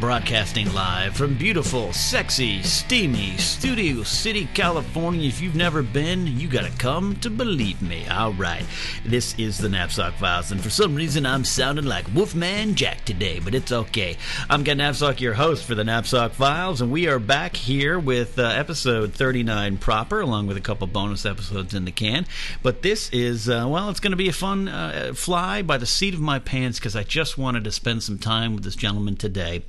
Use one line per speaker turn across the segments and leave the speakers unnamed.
Broadcasting live from beautiful, sexy, steamy Studio City, California. If you've never been, you gotta come to believe me. All right, this is the Knapsack Files, and for some reason I'm sounding like Wolfman Jack today, but it's okay. I'm Ken Knapsack, your host for the Knapsack Files, and we are back here with uh, episode 39 proper, along with a couple bonus episodes in the can. But this is, uh, well, it's gonna be a fun uh, fly by the seat of my pants because I just wanted to spend some time with this gentleman today.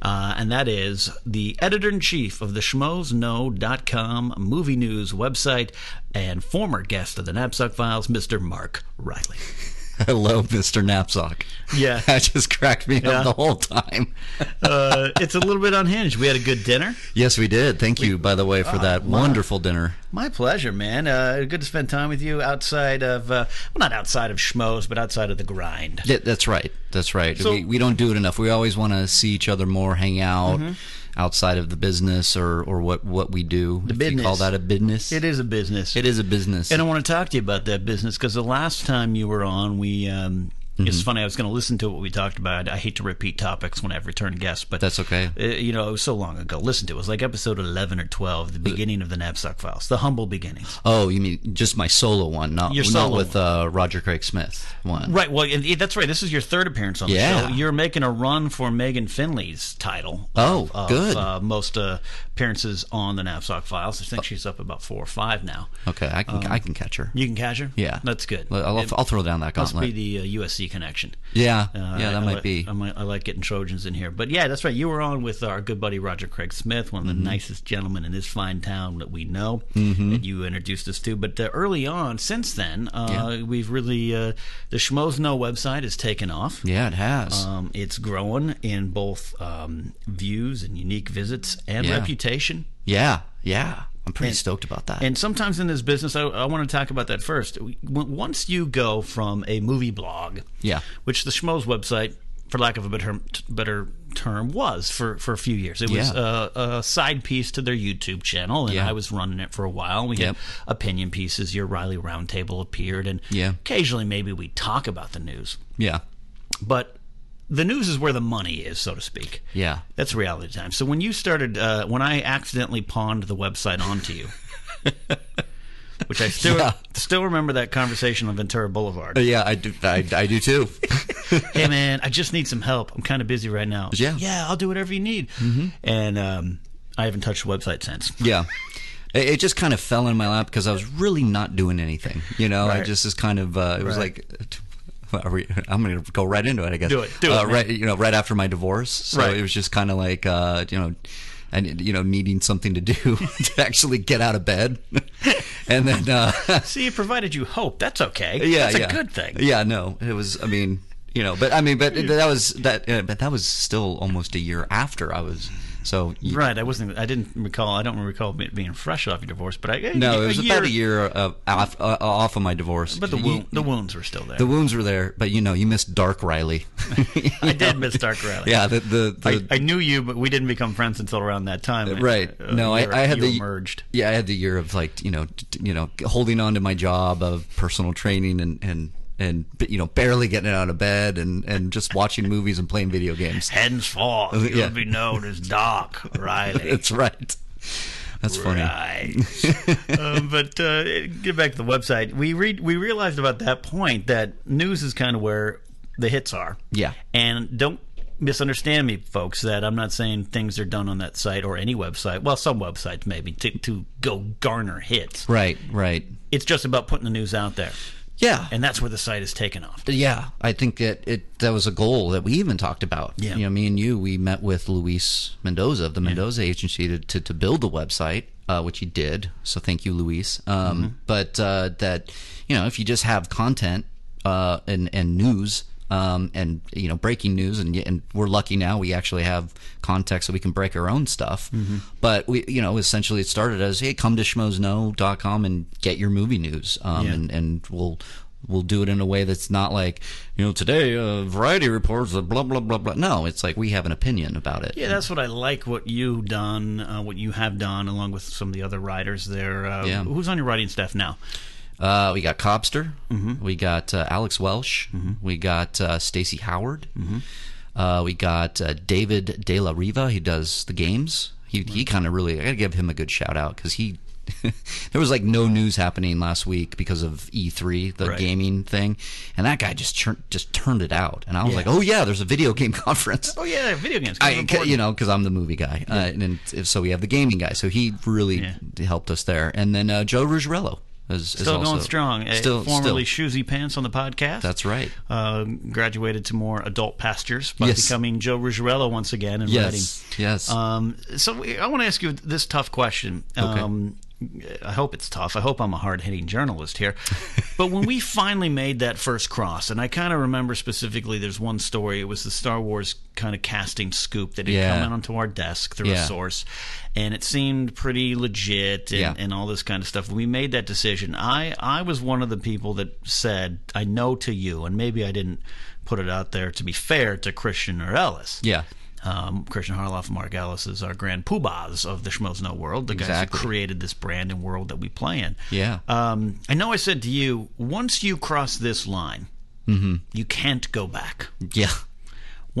Uh, and that is the editor in chief of the schmoesknow.com movie news website and former guest of the Knapsack Files, Mr. Mark Riley.
Hello, Mr. Knapsack.
Yeah.
That just cracked me
Yeah.
up the whole time.
Uh, it's a little bit unhinged. We had a good dinner.
Yes, we did. Thank you, by the way,
Ah,
for that wonderful dinner.
My pleasure, man. Uh, good to spend time with you outside of, uh, well, not outside of schmoes, but outside of the grind.
Yeah, that's right. That's right.
So-
we, we don't do it enough. We always want to see each other more, hang out
Mm-hmm.
outside of the business or, or what, what we do. The You call
business.
that a business?
It is a business.
It is a business.
And I want to talk to you about that business because the last time you were on, we. Um,
Mm-hmm.
It's funny. I was going to listen to what we talked about. I hate to repeat topics when I have return guests, but
That's okay.
Uh, you know, it was so long ago. Listen to it. It was like episode eleven or twelve,
Uh,
the beginning of the Knapsack Files, the humble beginnings.
oh, you mean just my solo one, not,
Your
not
solo
with uh, Roger Craig Smith one.
Right. Well, and that's right. This is your third appearance on
Yeah.
the show. You're making a run for Megan Finley's title.
Oh,
of,
good. Uh,
Uh, most uh, appearances on the Knapsack Files. I think she's up about four or five now.
Okay, I can, I can catch her.
You can catch her.
uh, Yeah.
Um, that's good.
I'll, I'll throw down that
Must be
gauntlet.
the uh, USC connection.
yeah,
Uh,
yeah,
I-
that
I
might
like-
be.
I, might, I like getting Trojans in here, but yeah, that's right. You were on with our good buddy Roger Craig Smith, one of the
Mm-hmm.
nicest gentlemen in this fine town that we know. That you introduced us to, but uh, early on, since then, uh, we've really uh, the Schmoes Know website has taken off.
yeah, it has.
Um, it's growing in both um, views and unique visits and
Yeah.
reputation.
Yeah, yeah. I'm pretty stoked about that.
And sometimes in this business, I, I want to talk about that first. W- Once you go from a movie blog,
Yeah.
which the Schmoes website, for lack of a better better term, was for, for a few years. It was uh,
Yeah.
a, a side piece to their YouTube channel, and
Yeah.
I was running it for a while. We had
Yep.
opinion pieces. Your Riley Roundtable appeared, and
Yeah.
occasionally maybe we talk about the news,
yeah.
but the news is where the money is, so to speak.
Yeah.
That's reality time. So when you started, uh, when I accidentally pawned the website onto you, which I still
Yeah. Uh,
still remember that conversation on Ventura Boulevard.
Yeah, I do. I, I do too.
hey man, I just need some help. I'm kind of busy right now.
Yeah. Mm-hmm.
yeah, I'll do whatever you need. And um, I haven't touched the website since.
yeah, it, it just kind of fell in my lap because I was really not doing anything. You know, I
Right.
just was kind of. Uh, it was
Right.
like. uh, Are we, I'm going to go right into it. I guess.
Do it, do it,
Uh,
man.
right, you know, right after my divorce. So
Right.
it was just kind of like, uh, you know, and you know, needing something to do to actually get out of bed, and then. Uh,
See, it provided you hope. That's okay.
yeah,
that's
yeah.
a good thing.
Yeah, no, it was. I mean, you know, but I mean, but that was that. Uh, but that was still almost a year after I was. So you,
Right, I wasn't. I didn't recall. I don't recall it being fresh off your divorce, but I eh,
no, it was about a year uh, off, uh, off of my divorce.
But the
You-
wound, the wounds were still there.
the wounds were there, but you know, you missed Dark Riley.
I did miss Dark Riley.
yeah, the the, the
I, I knew you, but we didn't become friends until around that time.
right.
Uh,
no,
you were-
I, I had
you
the
emerged.
Yeah, I had the year of like you know, t- t- you know, holding on to my job of personal training and and and you know, barely getting out of bed and and just watching movies and playing video games.
Henceforth, you'll
Uh, Yeah.
be known as Doc Riley.
That's right. That's funny.
Right. um, but uh, get back to the website. We re- we realized about that point that news is kind of where the hits are.
Yeah.
And don't misunderstand me, folks. That I'm not saying things are done on that site or any website. Well, some websites maybe to to go garner hits.
Right, right.
It's just about putting the news out there.
Yeah.
and that's where the site is taken off.
yeah, I think that it that was a goal that we even talked about.
Yeah.
You know, me and you, we met with Luis Mendoza of the Mendoza Agency to, to, to build the website, uh, which he did. So thank you, Luis. Um,
Mm-hmm.
But uh, that, you know, if you just have content uh, and, and news, um, and you know breaking news and and we're lucky now we actually have context so we can break our own stuff
Mm-hmm.
but we you know essentially it started as hey come to schmoesknow.com and get your movie news um,
Yeah.
and and we'll we'll do it in a way that's not like you know today uh, variety reports uh, blah blah blah blah no it's like we have an opinion about it
Yeah, that's what I like. What you done, uh, what you have done, along with some of the other writers there. Uh,
Yeah.
Who's on your writing staff now?
Uh, we got Cobster.
Mm-hmm.
We got uh, Alex Welsh. We got uh, Stacy Howard.
Mm-hmm.
Uh, we got uh, David De La Riva. He does the games. He he kind of really. I gotta give him a good shout out because he. there was like no news happening last week because of E3, the
Right.
gaming thing, and that guy just churn, just turned it out. And I was like, oh yeah, there's a video game conference.
Oh yeah, video games. Kind
I,
of
you
important.
know, because I'm the movie guy, uh, and, then- so we have the gaming guy. So he really
Yeah.
helped us there. And then uh, Joe Ruggiero is, is
still
also,
going strong. Uh,
Still,
formerly
still.
Shoesy Pants on the podcast.
That's right.
Uh, graduated to more adult pastures by
Yes.
becoming Joe Ruggiero once again and
Yes,
writing.
yes.
Um, so we, I want to ask you this tough question. Um, I hope it's tough. I hope I'm a hard hitting journalist here. but when we finally made that first cross, and I kind of remember specifically, there's one story. It was the Star Wars kind of casting scoop that had
Yeah.
come onto our desk through a
Yeah.
source, and it seemed pretty legit and,
Yeah.
and all this kind of stuff. We made that decision. I I was one of the people that said I know to you, and maybe I didn't put it out there to be fair to Christian or Ellis.
yeah,
Um, Christian Harloff and Mark Ellis is our grand poobahs of the Schmoes No world, the guys who
Exactly.
created this brand and world that we play in.
Yeah.
Um, I know I said to you, once you cross this line,
Mm-hmm.
you can't go back.
yeah,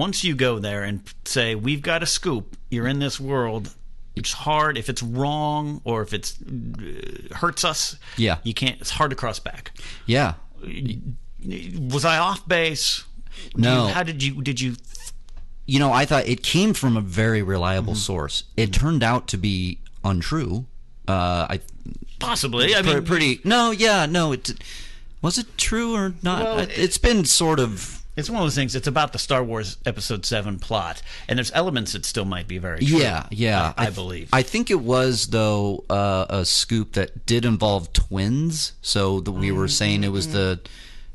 Once you go there and say, we've got a scoop, you're in this world, it's hard. If it's wrong or if it's uh, hurts us,
Yeah.
you can't. It's hard to cross back.
yeah.
Was I off base? Do
No.
you- how did you, did you,
You know, I thought it came from a very reliable
Mm-hmm.
source. It turned out to be untrue. Uh, I
possibly, I
pre-
mean,
pretty no, yeah, no. It was it true or not?
Well,
I- it's been sort of
It's one of those things. It's about the Star Wars Episode Seven plot, and there's elements that still might be very true.
Yeah, yeah,
I, I
th-
believe.
I think it was though uh, a scoop that did involve twins. So the, we were saying it
Mm-hmm.
was the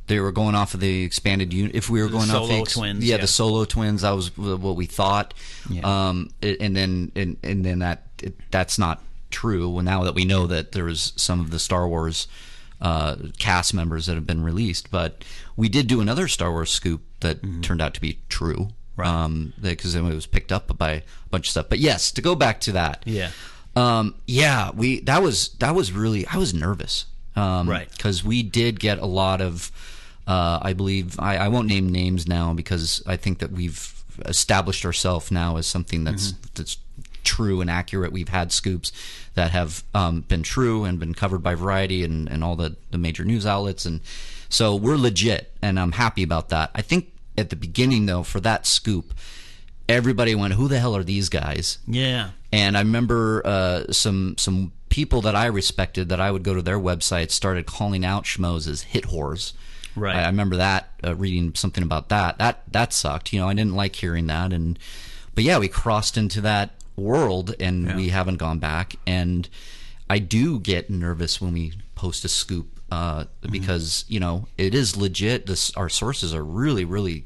they were going off of the expanded unit. If we were going off the
solo twins,
yeah,
yeah.
the solo twins. That was w- what we thought. Um, a- and then and, and then that it, that's not true. Well, now that we know that there was some of the Star Wars uh, cast members that have been released, but we did do another Star Wars scoop that turned out to be true. Right. Um, because then it was picked up by a bunch of stuff. But yes, to go back to that.
yeah,
Um, yeah, we that was that was really I was nervous. Um,
Right.
Because we did get a lot of, uh, I believe I, I won't name names now because I think that we've established ourselves now as something that's that's true and accurate. We've had scoops that have um, been true and been covered by Variety and and all the the major news outlets, and so we're legit, and I'm happy about that. I think at the beginning though, for that scoop. Everybody went, who the hell are these guys?
yeah.
and I remember uh, some some people that I respected that I would go to their website started calling out schmoes as hit whores.
Right.
I, I remember that uh, reading something about that. That that sucked. You know, I didn't like hearing that. And but yeah, we crossed into that world, and we haven't gone back. And I do get nervous when we post a scoop. Uh,
Mm-hmm.
because you know it is legit. This our sources are really, really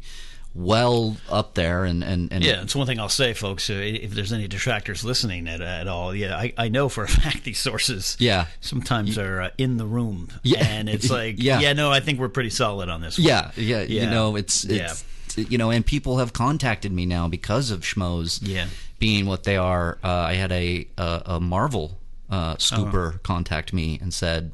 well up there, and and, and
Yeah, it's one thing I'll say, folks. uh, If there's any detractors listening at, at all, yeah, I, I know for a fact these sources,
Yeah.
sometimes are uh, in the room,
Yeah.
and it's like, yeah.
Yeah.
no, I think we're pretty solid on this. one.
Yeah, yeah,
Yeah.
You know, it's it's you know, and people have contacted me now because of schmoes.
Yeah.
being what they are. Uh, I had a a, a Marvel uh, scooper
Uh-huh.
contact me and said.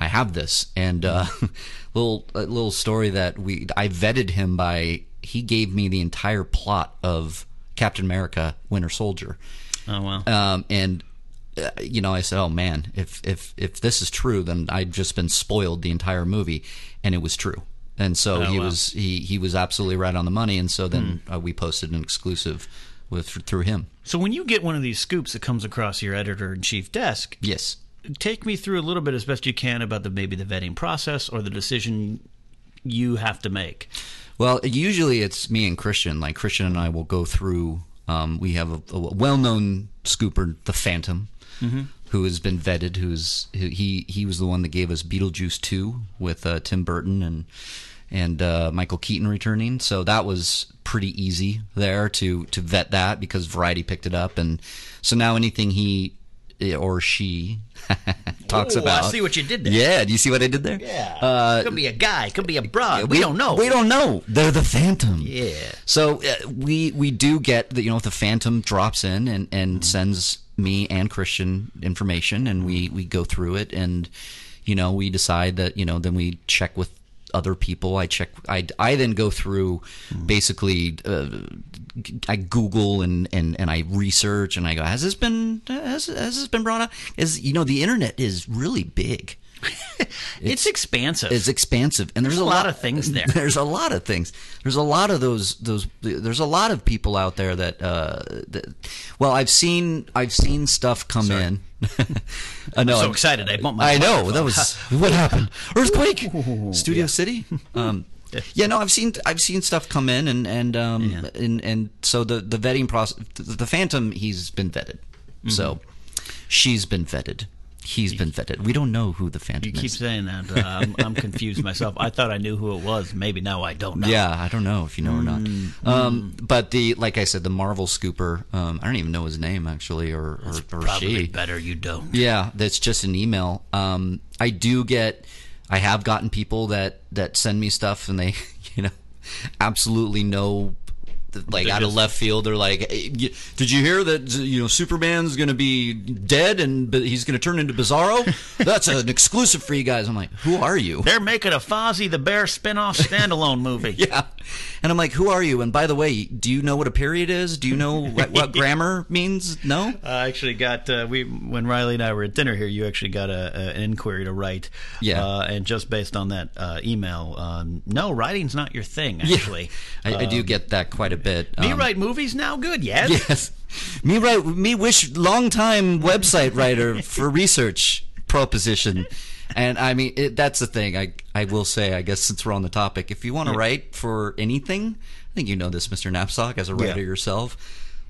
I have this, and uh,
Mm-hmm.
little a little story that we I vetted him by he gave me the entire plot of Captain America: Winter Soldier,
Oh wow.
um, and uh, you know, I said, "Oh man, if if if this is true, then I've just been spoiled the entire movie," and it was true. And so he
wow.
was he he was absolutely right on the money. And so then uh, we posted an exclusive with through him.
so when you get one of these scoops that comes across your editor in chief desk,
Yes,
take me through a little bit as best you can about the maybe the vetting process or the decision you have to make.
Well, usually it's me and Christian. Like Christian and I will go through. Um, we have a, a well-known scooper, the Phantom,
Mm-hmm.
who has been vetted. Who's who, he? He was the one that gave us Beetlejuice two with uh, Tim Burton and and uh, Michael Keaton returning. So that was pretty easy there to to vet that because Variety picked it up, and so now anything he eh, or she talks
Ooh, I
about.
see what you did there.
Yeah, do you see what I did there? Yeah. Uh,
could be a guy, could be a broad. We, don't know.
we don't know. They're the Phantom.
Yeah.
So uh, we we do get that you know if the Phantom drops in and and
Mm-hmm.
sends me and Christian information and we we go through it and you know we decide that you know then we check with other people i check i, I then go through
Mm-hmm.
basically uh, i google and, and and i research and i go has this been has, has this been brought up is you know the internet is really big
It's, expansive.
it's expansive and there's,
a lot of things there.
there's a lot of things there's a lot of those those there's a lot of people out there that uh that, well i've seen i've seen stuff come in i know
so
I'm-
excited. I bumped my
I know
microphone.
that was what happened. Earthquake, Studio City. Um, yeah, no, I've seen I've seen stuff come in and and um, and and so the the vetting process. The, the Phantom, he's been vetted. So
Mm-hmm.
she's been vetted. He's been vetted. We don't know who the Phantom
You keep
is.
saying that. Uh, I'm, I'm confused myself. I thought I knew who it was. Maybe now I don't know.
Yeah, I don't know if you know or not. Um, but the like I said, the Marvel scooper. Um, I don't even know his name actually, or or, or
Probably
she.
better you don't.
Yeah, that's just an email. Um, I do get, I have gotten people that that send me stuff, and they, you know, absolutely know, like out of left field. They're like, "Hey, y- "Did you hear that? You know, Superman's going to be dead, and b- he's going to turn into Bizarro. That's an exclusive for you guys." I'm like, "Who are you?"
They're making a Fozzie the Bear spin-off standalone movie.
Yeah, and I'm like, "Who are you?" And by the way, do you know what a period is? Do you know what, what grammar means? No.
I actually got uh, we when Riley and I were at dinner here. You actually got a, a, an inquiry to write,
Yeah.
Uh, and just based on that uh, email, um, no, writing's not your thing. Actually,
I, I do get that quite a bit.
me
Um,
write movies now. Good, yes.
Yes. Me right me wish long time website writer for research proposition. And I mean it, that's the thing. I I will say I guess since we're on the topic, if you want to write for anything, I think you know this Mr. Knapsack as a writer yourself.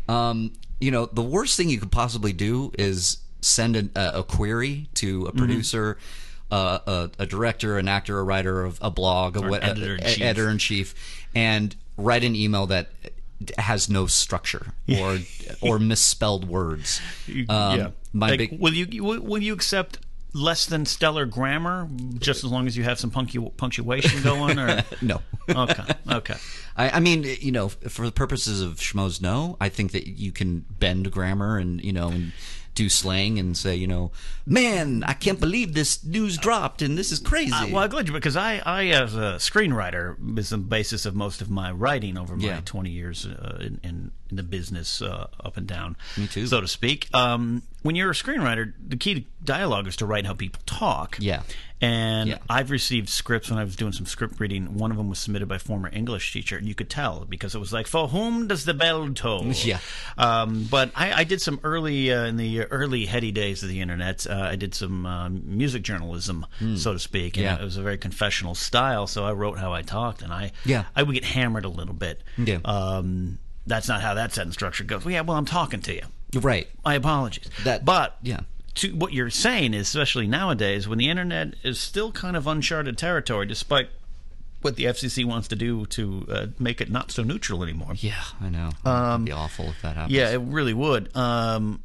Um, you know, the worst thing you could possibly do is send an, a, a query to a producer uh, a, a director, an actor, a writer of a blog, a what,
editor in
a- a-
chief.
editor in chief, uh, e, and write an email that has no structure or or misspelled words.
You-
Um, my
Like,
big-
will you will, will you accept less than stellar grammar just as long as you have some punctu- punctuation going? Or
No.
okay, okay.
I, I mean, you know, for the purposes of schmoes, no. I think that you can bend grammar and you know and do slang and say, you know, man, I can't believe this news dropped and this is crazy.
Uh, well, I'm glad you because I, I as a screenwriter is the basis of most of my writing over my
Yeah.
20 years uh, in, in in the business uh, up and down,
Me too.
so to speak. Um, when you're a screenwriter, the key to dialogue is to write how people talk.
Yeah.
And
Yeah.
I've received scripts when I was doing some script reading. One of them was submitted by a former English teacher, and you could tell because it was like, "For whom does the bell toll?"
Yeah.
Um, but I, I did some early uh, in the early heady days of the internet. Uh, I did some uh, music journalism, so to speak. And
Hmm. Yeah.
It was a very confessional style, so I wrote how I talked, and I
Yeah.
I would get hammered a little bit.
Yeah.
Um, that's not how that sentence structure goes. Well, yeah. Well, I'm talking to you.
right.
My apologies.
That-
but
yeah.
To what you're saying is, especially nowadays, when the internet is still kind of uncharted territory, despite what the FCC wants to do to uh, make it not so neutral anymore.
Yeah, I know. It'd be awful if that happens.
Um, Yeah, it really would. Um,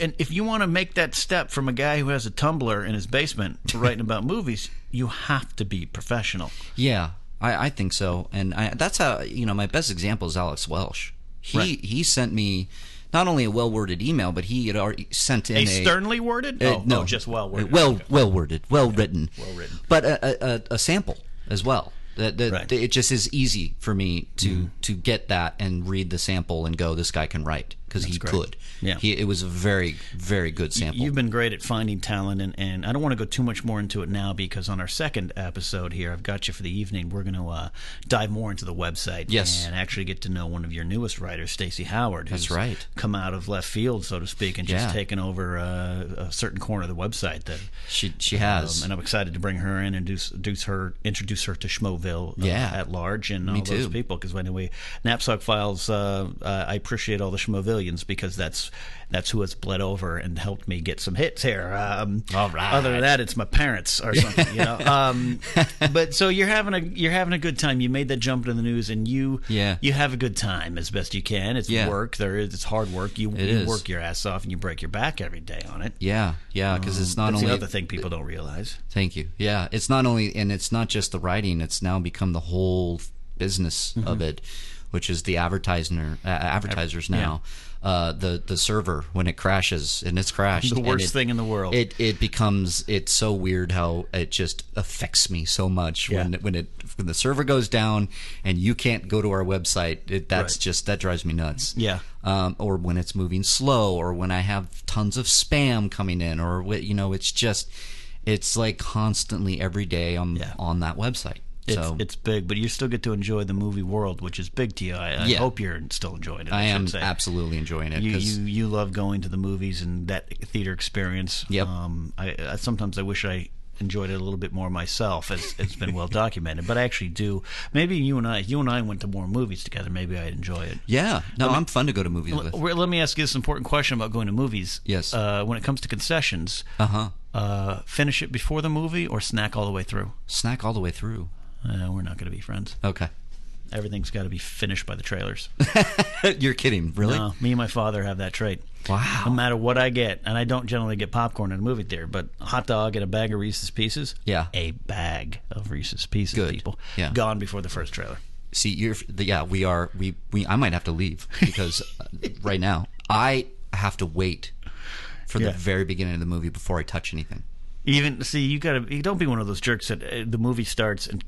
and if you want to make that step from a guy who has a Tumblr in his basement writing about movies, you have to be professional.
Yeah, I, I think so, and I, that's how you know my best example is Alex Welsh. He he sent me not only a well worded email, but he had already sent in a,
A sternly worded?
uh,
oh, oh, just well worded.
well well worded, well written, well written, but a, a, a- a sample as well. That, that
Right. Mm-hmm.
it just is easy for me to to get that and read the sample and go, this guy can write because he could.
Yeah.
he, it was a very very good sample.
You've been great at finding talent, and, and I don't want to go too much more into it now because on our second episode here, I've got you for the evening. We're going to uh, dive more into the website
Yes.
and actually get to know one of your newest writers, Stacey Howard, who's
That's right.
come out of left field, so to speak, and just
Yeah.
taken over uh, a certain corner of the website. That,
she she has.
um, and I'm excited to bring her in and introduce, introduce her introduce her to Schmoville uh,
Yeah.
at large and all those
too.
people because anyway, Knapsack Files. Uh, uh, I appreciate all the Schmovillians because that's that's who has bled over and helped me get some hits here. Um,
All right.
Other than that, it's my parents or something, you know. Um, but so you're having a you're having a good time. You made that jump to the news, and you
Yeah.
you have a good time as best you can. It's
Yeah.
work. There is it's hard work. You,
It
you
is.
work your ass off and you break your back every day on it.
yeah, yeah, because it's not
Um, That's
only
the other thing people don't realize.
Thank you. Yeah, it's not only and it's not just the writing; it's now become the whole business of
Mm-hmm.
it, which is the advertiser uh, advertisers now. Uh, the the server when it crashes and it's crashed
The
and
worst
it-
thing in the world.
It it becomes it's so weird how it just affects me so much when when it when the server goes down and you can't go to our website. It, that's just that drives me nuts
Yeah.
um, or when it's moving slow, or when I have tons of spam coming in, or wh- you know, it's just, it's like constantly every day I'm
Yeah.
on that website.
It's,
so
it's big, but you still get to enjoy the movie world, which is big to you. I, I
Yeah.
hope you're still enjoying it. I,
I am
should say.
absolutely enjoying it
You,
because
you you love going to the movies and that theater experience.
Yep.
Um, I, I sometimes I wish I enjoyed it a little bit more myself, as it's been well documented. But I actually do. Maybe you and I, you and I went to more movies together. Maybe I'd enjoy it.
yeah, no, I'm fun to go to movies with.
Well, Let me ask you this important question about going to movies.
Yes.
Uh, when it comes to concessions,
Uh-huh.
uh, finish it before the movie or snack all the way through.
Snack all the way through.
Uh, we're not going to be friends.
Okay,
Everything's got to be finished by the trailers.
you're kidding, really?
No, me and my father have that trait.
Wow.
No matter what I get, and I don't generally get popcorn at a movie theater, but a hot dog and a bag of Reese's Pieces.
Yeah.
A bag of Reese's Pieces,
Good.
people.
Yeah.
Gone before the first trailer.
See, you're the, yeah, we are. We we I might have to leave because uh, right now I have to wait for
Yeah.
the very beginning of the movie before I touch anything.
Even see, you gotta you don't be one of those jerks that uh, the movie starts and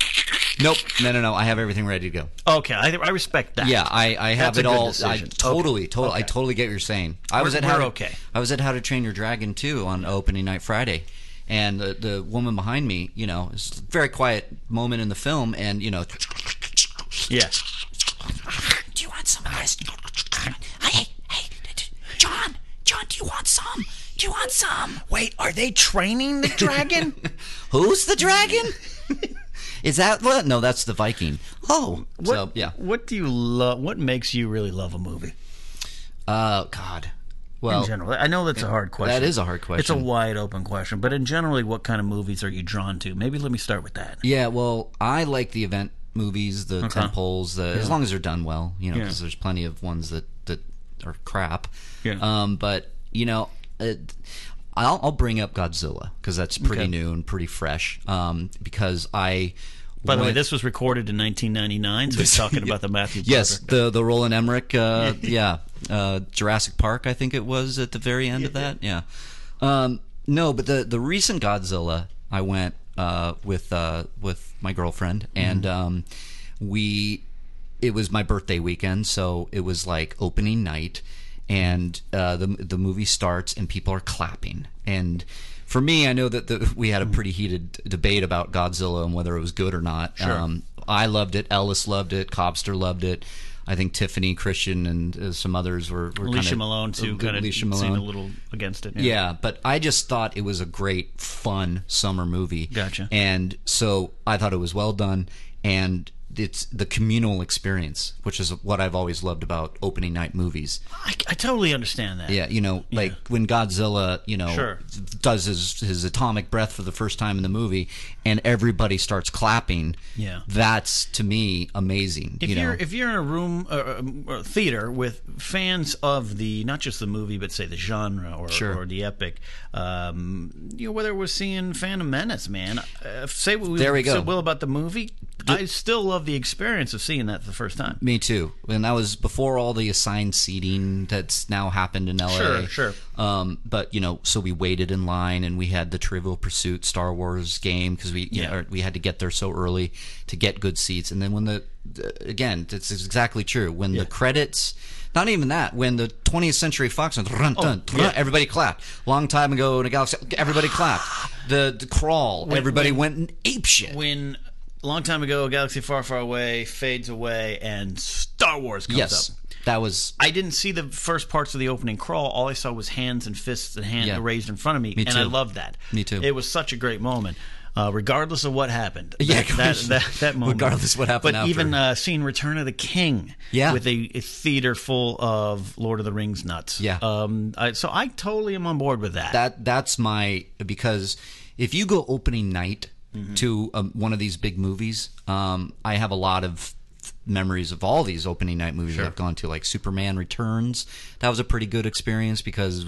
Nope, no, no, no. I have everything ready to go.
okay, I, I respect that.
Yeah, I, I have
That's a
it
good
all. I
decision.
totally, totally, I totally get what you're saying. I was
We're-
at how
we're
to,
okay.
I was at How to Train Your Dragon 2 on opening night Friday, and the the woman behind me, you know, it's a very quiet moment in the film, and you know,
Yeah.
do you want some of this? Hey, hey, John, John, do you want some? Do you want some?
Wait, are they training the dragon?
Who's the dragon? Is that no? That's the Viking. Oh,
what,
so yeah.
What do you love? What makes you really love a movie?
Uh, God.
In
Well,
general, I know that's a hard question.
Oh. that is a hard
It's a
question.
wide open question, but in generally, what kind of movies are you drawn to? Maybe let me start with that.
Yeah, well, I like the event movies, the tent poles, the, as long as they're done well, you know, because there's plenty of ones that that are crap.
Yeah.
Um, but you know, it, I'll, I'll bring up Godzilla because that's pretty new and pretty fresh. Um, because I.
By the way,
went-
this was recorded in 1999, so he's talking about the Matthew.
Yes,
Broderick.
the the Roland Emmerich, uh, yeah, uh, Jurassic Park, I think it was at the very end of that. Yeah, um, no, but the the recent Godzilla, I went uh, with uh, with my girlfriend,
Mm-hmm.
and um, we it was my birthday weekend, so it was like opening night, and uh, the the movie starts, and people are clapping, and for me, I know that the, we had a pretty
Mm-hmm.
heated debate about Godzilla and whether it was good or not. Um, I loved it. Ellis loved it. Cobster loved it. I think Tiffany, Christian, and uh, some others were, were
Alicia
kinda, uh,
Malone too, kind of
Alicia
seemed
Malone.
a little against it.
Yeah, but I just thought it was a great, fun summer movie.
Gotcha.
And so I thought it was well done, and it's the communal experience, which is what I've always loved about opening night movies.
I, I totally understand that.
Yeah, you know, like when Godzilla, you know,
Sure.
does his his atomic breath for the first time in the movie, and everybody starts clapping.
Yeah.
that's to me amazing.
If
you
you
know,
are if you're in a room uh, or theater with fans of the not just the movie but say the genre or,
Sure.
or the epic, um, you know whether we're seeing Phantom Menace, man. Uh, say what we
There we
say
go.
Will about the movie, I still love the experience of seeing that the first time.
Me too. And that was before all the assigned seating that's now happened in LA.
Sure, sure.
Um, but you know, so we waited in line, and we had the Trivial Pursuit Star Wars game because we you
Yeah.
know, we had to get there so early to get good seats. And then when the again, it's exactly true. When the credits, not even that. When the 20th Century Fox went, "Run, dun, dun,"
Oh, yeah.
everybody clapped. Long time ago in a galaxy, everybody clapped. The, the crawl, everybody went ape shit.
When a long time ago, a galaxy far, far away fades away, and Star Wars comes
yes,
up.
that was
I didn't see the first parts of the opening crawl. All I saw was hands and fists and hands
Yeah.
raised in front of me, and I
too.
loved that.
Me too.
It was such a great moment, uh, regardless of what happened.
Yeah,
that, that, that, that moment.
regardless of what happened
But
after.
even uh, seeing Return of the King,
Yeah.
with a, a theater full of Lord of the Rings nuts,
Yeah.
Um, I, so I totally am on board with that.
that that's my because if you go opening night to um, one of these big movies, um, I have a lot of memories of all these opening night movies that I've gone to, like Superman Returns. That was a pretty good experience because.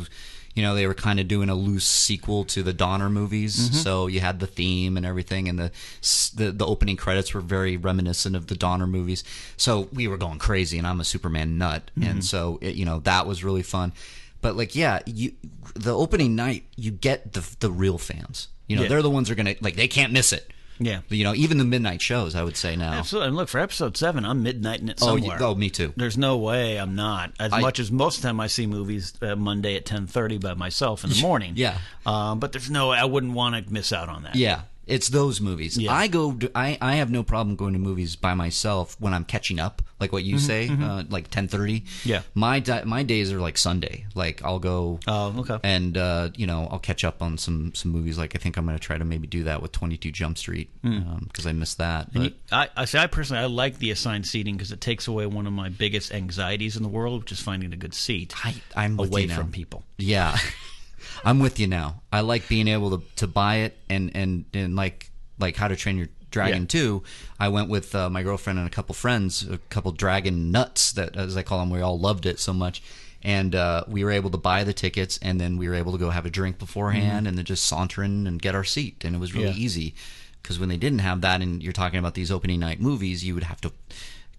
You know, they were kind of doing a loose sequel to the Donner movies, so you had the theme and everything, and the, s- the the opening credits were very reminiscent of the Donner movies. So we were going crazy, and I'm a Superman nut, and so it, you know that was really fun but like yeah you the opening night you get the the real fans you know
Yeah.
they're the ones that are gonna like they can't miss it
Yeah.
you know even the midnight shows i would say now
Absolutely. And look, for episode seven, I'm midnighting it
oh,
somewhere.
you, oh me too
There's no way I'm not. As much as most of the time I see movies uh, Monday at 10:30 by myself in the morning.
Yeah.
Um, but there's no I wouldn't want to miss out on that.
yeah it's those movies i go to- I, I have no problem going to movies by myself when i'm catching up like what you say uh, like 10.30
Mm-hmm, Yeah.
my di- my days are like sunday like i'll go
Oh, okay.
and uh, you know i'll catch up on some some movies like i think i'm gonna try to maybe do that with 22 jump street
Mm.
because i missed that but
I, I see. I personally, I like the assigned seating because it takes away one of my biggest anxieties in the world, which is finding a good seat
I, i'm with you
away
now.
from people.
Yeah, I'm with you now. I like being able to, to buy it and and and like like How to Train Your Dragon
Yeah.
too. I went with uh, my girlfriend and a couple friends, a couple dragon nuts that as I call them. We all loved it so much. And uh, we were able to buy the tickets, and then we were able to go have a drink beforehand, and then just saunter in and get our seat, and it was really
Mm-hmm. Yeah.
easy. Because when they didn't have that, and you're talking about these opening night movies, you would have to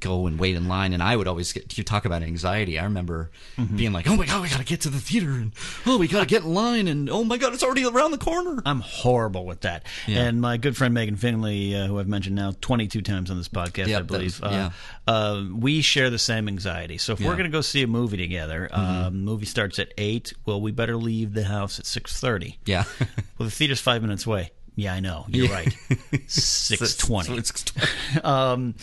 go and wait in line and i would always get you talk about anxiety i remember
Mm-hmm.
being like oh my god we gotta get to the theater and oh we gotta get in line and oh my god it's already around the corner
I'm horrible with that. And my good friend Megan Finley, uh, who I've mentioned now 22 times on this podcast,
Yeah,
I
that
believe,
was- yeah.
uh, uh, we share the same anxiety. So if we're going to go see a movie together,
Mm-hmm.
um, movie starts at eight. Well, we better leave the house at 6:30.
yeah
Well, the theater's five minutes away. Yeah, I know. You're right. Six
So
twenty.
it's-
Um,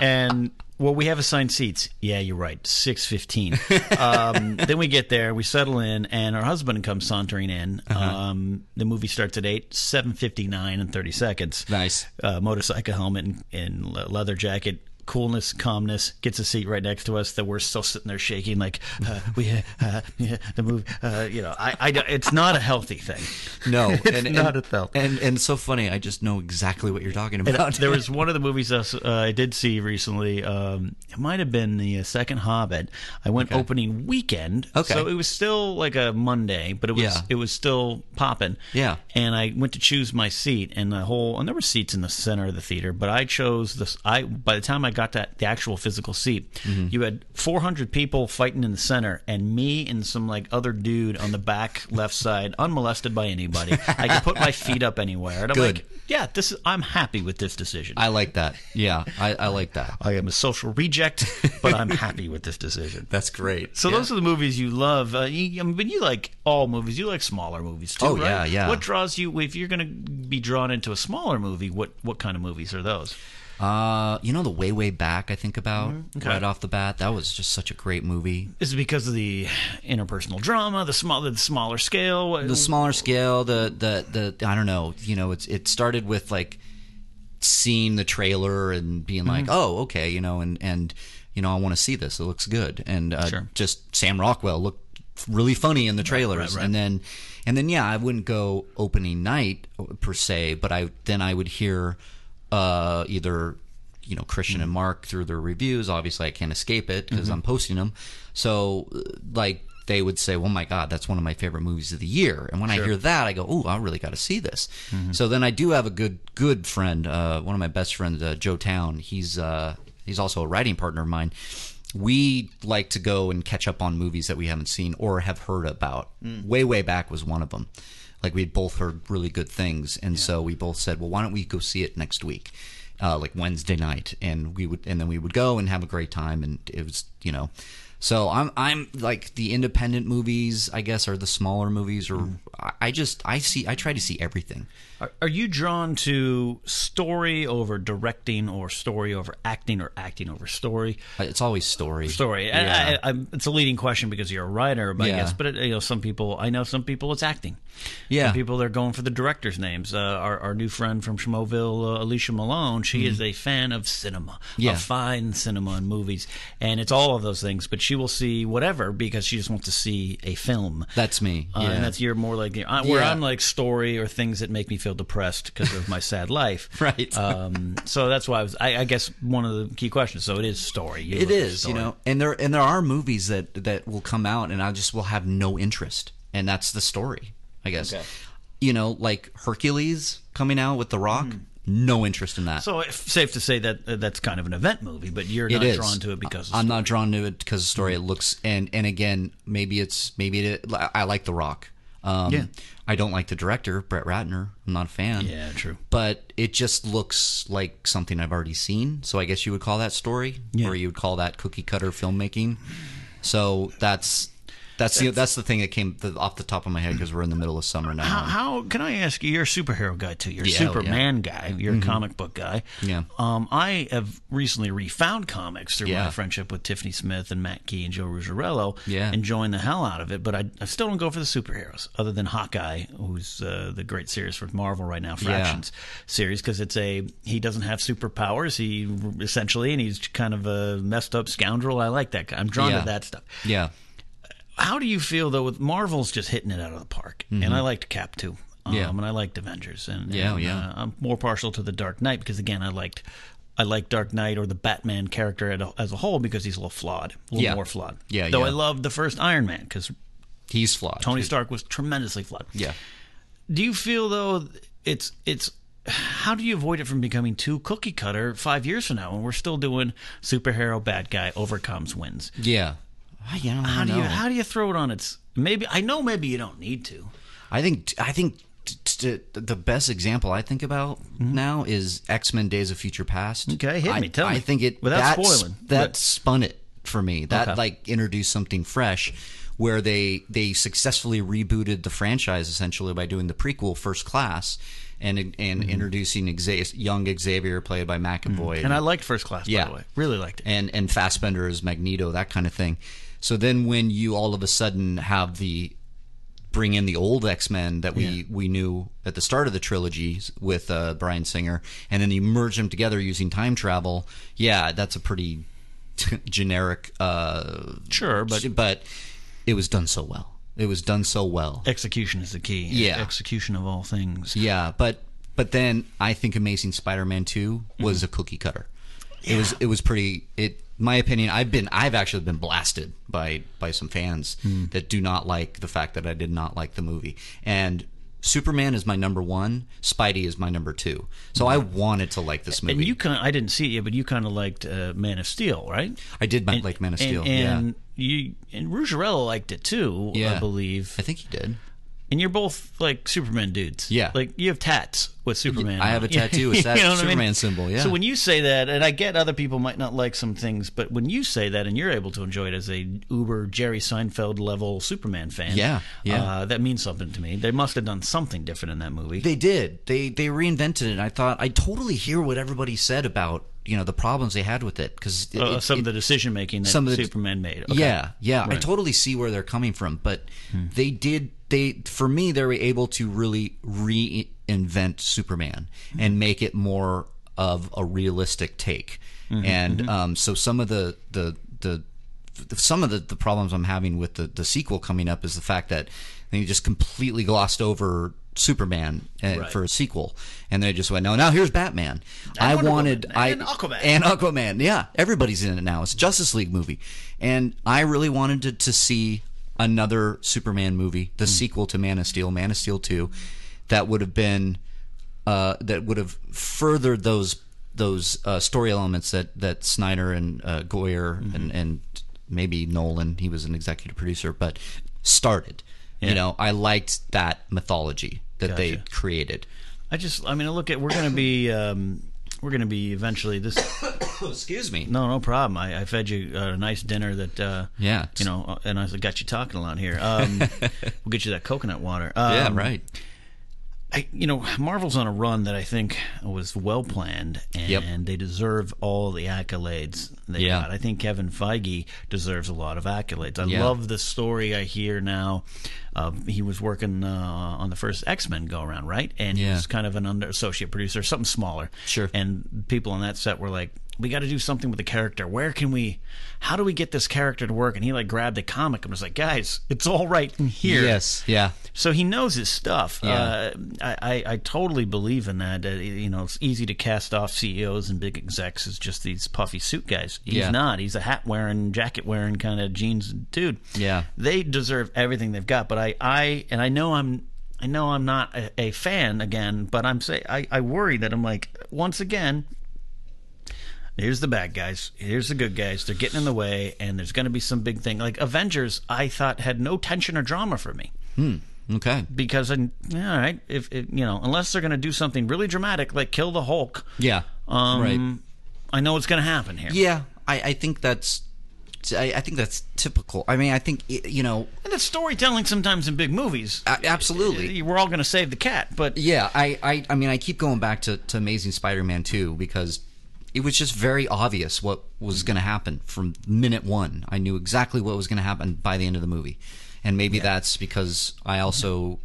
and well, we have assigned seats. Yeah, you're right. Six fifteen. Um, then we get there, we settle in, and our husband comes sauntering in. Um, the movie starts at eight, seven fifty nine, and thirty seconds.
Nice.
Uh, motorcycle helmet and, and le- leather jacket. Coolness, calmness, gets a seat right next to us that we're still sitting there shaking like uh, we uh, yeah, the movie. Uh, you know, I, I, it's not a healthy thing.
no it's and,
not
and,
a thought.
and and so funny i just know exactly what you're talking
And, uh,
about
there was one of the movies us, uh, I did see recently. Um, it might have been the uh, second Hobbit. I went opening weekend,
Okay.
so it was still like a Monday, but it was
Yeah.
it was still popping.
Yeah.
And I went to choose my seat, and the whole and there were seats in the center of the theater, but I chose this. I by the time I got to the actual physical seat,
Mm-hmm.
you had 400 people fighting in the center, and me and some like other dude on the back left side, unmolested by anybody. I could put my feet up anywhere, and I'm
Good.
like yeah, this is, I'm happy with this decision. I,
i like that yeah i, I like that
am a social reject, but I'm happy with this decision.
that's great
So those are the movies you love. Uh, you, I mean, but you like all movies. You like smaller movies too.
Oh,
right?
yeah, yeah.
What draws you? If you're going to be drawn into a smaller movie, what what kind of movies are those?
uh you know the way way back i think about
Mm-hmm.
right off the bat that was just such a great movie
Is it because of the interpersonal drama, the small, the smaller scale? What-
the smaller scale the the the i don't know you know it's it started with like seeing the trailer and being like oh okay you know and and you know i want to see this it looks good and uh,
Sure.
just sam rockwell looked really funny in the trailers and then and then yeah i wouldn't go opening night uh, per se but i then i would hear uh either you know Christian and Mark through their reviews. Obviously, I can't escape it because I'm posting them. So, uh, like they would say, "Well, my God, that's one of my favorite movies of the year." And when I hear that, I go, "Oh, I really got to see this." So then I do have a good good friend, uh, one of my best friends, uh, Joe Town. He's uh, he's also a writing partner of mine. We like to go and catch up on movies that we haven't seen or have heard about.
Mm.
Way way back was one of them. Like we had both heard really good things, and so we both said, "Well, why don't we go see it next week?" uh, like Wednesday night, and we would, and then we would go and have a great time, and it was, you know, so I'm, I'm like the independent movies, I guess, are the smaller movies, or
Mm.
I I just, I see, I try to see everything.
Are, are you drawn to story over directing, or story over acting, or acting over story?
Uh, It's always story.
Story. And
Yeah.
I, I, I'm, it's a leading question because you're a writer, but I
Yeah.
guess. But it, you know, some people I know some people it's acting.
Yeah.
Some people they're going for the directors' names. Uh, our, our new friend from Schmoville, uh, Alicia Malone, she is a fan of cinema,
Mm-hmm. Yeah.
of fine cinema and movies, and it's all of those things. But she will see whatever because she just wants to see a film.
That's me.
Uh,
yeah.
And that's you're more like I- where
Yeah.
I'm like story or things that make me feel depressed because of my sad life.
Right.
Um, so that's why I was. I, I guess one of the key questions. So it is story. You
it
look at
is, you
story.
know, and there, and there are movies that that will come out, and I just will have no interest, and that's the story, I guess. You know, like Hercules coming out with The Rock, no interest in that.
So it's safe to say that uh, that's kind of an event movie, but you're
It
not
is.
drawn to it because
I'm not drawn to it because the story it looks and and again maybe it's maybe it, I like The Rock. Um,
Yeah.
I don't like the director Brett Ratner. I'm not a fan.
Yeah, true.
But it just looks like something I've already seen. So I guess you would call that story, or you would call that cookie cutter filmmaking. So that's. That's the, that's the thing that came the, off the top of my head because we're in the middle of summer now.
How, how can I ask you? You're a superhero guy too. You're a
Yeah, oh, yeah.
Superman guy. You're a comic book guy.
Yeah.
Um, I have recently refound comics through my
Yeah.
friendship with Tiffany Smith and Matt Key and Joe Ruggiero.
Yeah.
Enjoying the hell out of it, but I, I still don't go for the superheroes other than Hawkeye, who's uh, the great series for Marvel right now, Fractions series, because it's a he doesn't have superpowers. He essentially and he's kind of a messed up scoundrel. I like that guy. I'm drawn
Yeah.
to that stuff.
yeah,
How do you feel though with Marvel's just hitting it out of the park? And I liked Cap too. Um,
Mm-hmm. Yeah.
And I liked Avengers. And
Yeah,
and,
yeah.
uh, I'm more partial to the Dark Knight because again, I liked. I like Dark Knight or the Batman character at a, as a whole because he's a little flawed, a little
Yeah.
more flawed.
Yeah,
Though
yeah.
I loved the first Iron Man because
he's flawed.
Tony Stark was tremendously flawed.
Yeah,
Do you feel though it's it's how do you avoid it from becoming too cookie cutter five years from now when we're still doing superhero bad guy overcomes wins?
yeah. I, yeah, I don't
How do you
know.
how do you throw it on its maybe I know maybe you don't need to.
I think I think t- t- t- the best example I think about now is X Men: Days of Future Past.
Mm-hmm. Okay, hit
I,
me, tell
I
me.
think it
Without
that s-
spoiling,
that
but-
spun it for me. That
Okay.
like introduced something fresh, where they they successfully rebooted the franchise essentially by doing the prequel First Class, and and
Mm-hmm.
introducing Xa- young Xavier played by McAvoy.
And I liked First Class,
Yeah.
by the way. Really liked it.
and and Fassbender as Magneto, that kind of thing. So then, when you all of a sudden have the bring in the old X Men that we we knew at the start of the trilogy with uh, Brian Singer, and then you merge them together using time travel, yeah, that's a pretty generic. Uh,
sure, but
but but it was done so well. It was done so well.
execution is the key.
Yeah.
Execution of all things.
Yeah, but but then I think Amazing Spider-Man 2 was
Mm-hmm.
a cookie cutter. It was it was pretty it my opinion I've been I've actually been blasted by by some fans
Hmm.
that do not like the fact that I did not like the movie. And Superman is my number 1, Spidey is my number 2. So I wanted to like this movie.
Hmm. And you kind I didn't see it yet, but you kind of liked uh, Man of Steel, right?
I did my, like Man of Steel.
And,
yeah.
and you and Ruggiero liked it too, I
Yeah.
believe.
I think he did.
And you're both like Superman dudes.
Yeah.
Like you have tats with Superman.
I have a
on it.
tattoo with that
know what I mean?
Superman symbol, yeah.
So when you say that, and I get other people might not like some things, but when you say that and you're able to enjoy it as a uber Jerry Seinfeld level Superman fan,
Yeah, yeah.
Uh, that means something to me. They must have done something different in that movie.
They did. They they reinvented it. And I thought I totally hear what everybody said about you know the problems they had with it because it,
uh,
it-
some of
it-
the decision making that
some of the-
Superman made. Okay. Hmm.
Yeah, yeah. I totally see where they're coming from, but they did they for me they were able to really reinvent Superman
Hmm.
and make it more of a realistic take.
Hmm.
And
Mm-hmm.
um, so some of the the the some of the, the problems I'm having with the, the sequel coming up is the fact that they just completely glossed over Superman uh, for a sequel, and they just went, no, now here's Batman. I
Wonder
wanted
Woman,
I
and Aquaman.
and Aquaman. Yeah, everybody's in it now. It's a Justice League movie, and I really wanted to, to see another Superman movie,
Hmm.
the sequel to Man of Steel, Man of Steel Two, that would have been uh, that would have furthered those those uh, story elements that that Snyder and uh, Goyer
Mm-hmm.
and and maybe Nolan, he was an executive producer, but started.
Yeah.
You know, I liked that mythology that they created.
I just, I mean, I look at we're going to be, um, we're going to be eventually this.
Oh, excuse me.
No, no problem. I, I fed you a nice dinner that, uh,
Yeah,
you know, and I got you talking a lot here. Um, we'll get you that coconut water.
Yeah,
Um,
right.
I, you know, Marvel's on a run that I think was well planned, and
Yep.
they deserve all the accolades they
Yeah.
got. I think Kevin Feige deserves a lot of accolades. I
Yeah.
love the story I hear now. Uh, he was working uh, on the first X Men go around, right? And he
Yeah.
was kind of an under associate producer, something smaller.
Sure.
And people on that set were like, "We got to do something with the character. Where can we? How do we get this character to work?" And he like grabbed a comic and was like, "Guys, it's all right in here."
Yes. Yeah.
So he knows his stuff.
Yeah.
Uh, I, I, I totally believe in that. Uh, you know, it's easy to cast off CEOs and big execs as just these puffy suit guys. He's
Yeah.
not. He's a hat wearing, jacket wearing kind of jeans dude.
Yeah.
They deserve everything they've got. But I, I and I know I'm. I know I'm not a, a fan again, but I'm say I, I worry that I'm like once again here's the bad guys here's the good guys they're getting in the way and there's going to be some big thing like avengers i thought had no tension or drama for me
Okay.
because and yeah, all right if, if you know unless they're going to do something really dramatic like kill the hulk
Yeah.
um
right.
i know what's going to happen here
Yeah. I, I think that's. I, I think that's typical. I mean, I think y- you know,
and that's storytelling sometimes in big movies eh,
a- absolutely.
we're all going to save the cat but
Yeah, I, I, I mean, I keep going back to, to Amazing Spider-Man two because it was just very obvious what was going to happen from minute one. I knew exactly what was going to happen by the end of the movie, and maybe that's because I also,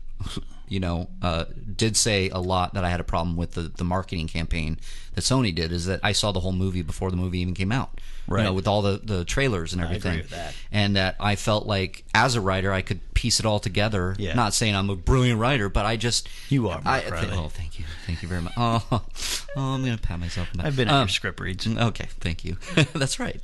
you know, uh, did say a lot that I had a problem with the, the marketing campaign that Sony did. Is that I saw the whole movie before the movie even came out,
Right.
You know, with all the, the trailers and everything,
with that.
and that I felt like as a writer I could piece it all together.
Yeah.
Not saying I'm a brilliant writer, but I just
You are, Mark
I, th-
Riley.
oh, thank you, thank you very much. Oh, oh I'm gonna pat myself. On the back.
i've been at
Um,
your script reads
Okay, thank you. That's right.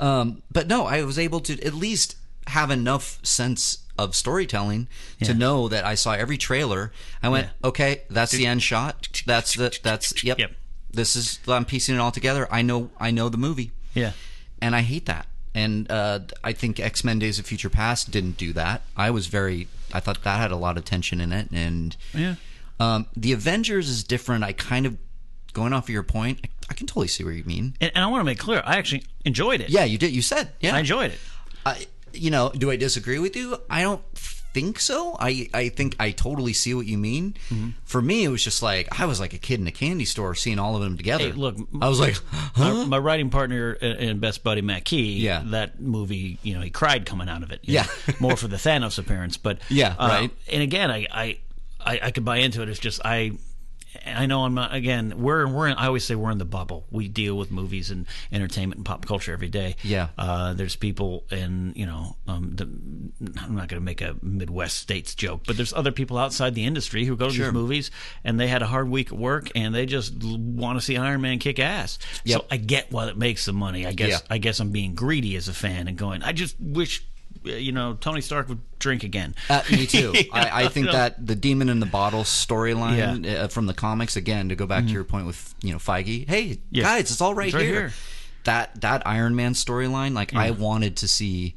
Um, but no, I was able to at least have enough sense of storytelling to know that I saw every trailer. I went, okay, that's the end shot. That's the that's yep.
Yep.
This is I'm piecing it all together. I know I know the movie
yeah
and I hate that. And uh, I think X Men: Days of Future Past didn't do that. I was very, I thought that had a lot of tension in it, and
Yeah.
um, the Avengers is different. I kind of going off of your point, I, I can totally see what you mean.
and, and i want to make clear i actually enjoyed it
Yeah, you did. You said, yeah,
i enjoyed it
I, you know, do I disagree with you? I don't think so. I, I think I totally see what you mean.
Mm-hmm.
For me, it was just like I was like a kid in a candy store seeing all of them together.
Hey, look,
I was like,
my, my writing partner and and best buddy Matt Key,
Yeah.
that movie, you know, he cried coming out of it. you
Yeah.
know, more for the Thanos appearance, but uh,
Yeah, right.
And again, I, I, I, I could buy into it. It's just I, I know I'm not. Again, we're we're. In, I always say we're in the bubble. We deal with movies and entertainment and pop culture every day.
Yeah.
Uh, there's people in you know, um, the, I'm not going to make a Midwest states joke, but there's other people outside the industry who go to these movies and they had a hard week at work and they just want to see Iron Man kick ass. So I get why it makes the money. I guess
Yeah.
I guess I'm being greedy as a fan and going. I just wish. uh, You know, Tony Stark would drink again.
Uh, me too. I, I think that the demon in the bottle storyline uh, from the comics, again, to go back to your point with you know Feige, hey
Mm-hmm. Yeah.
guys, it's all right,
It's right
here.
here.
That that Iron Man storyline, like I wanted to see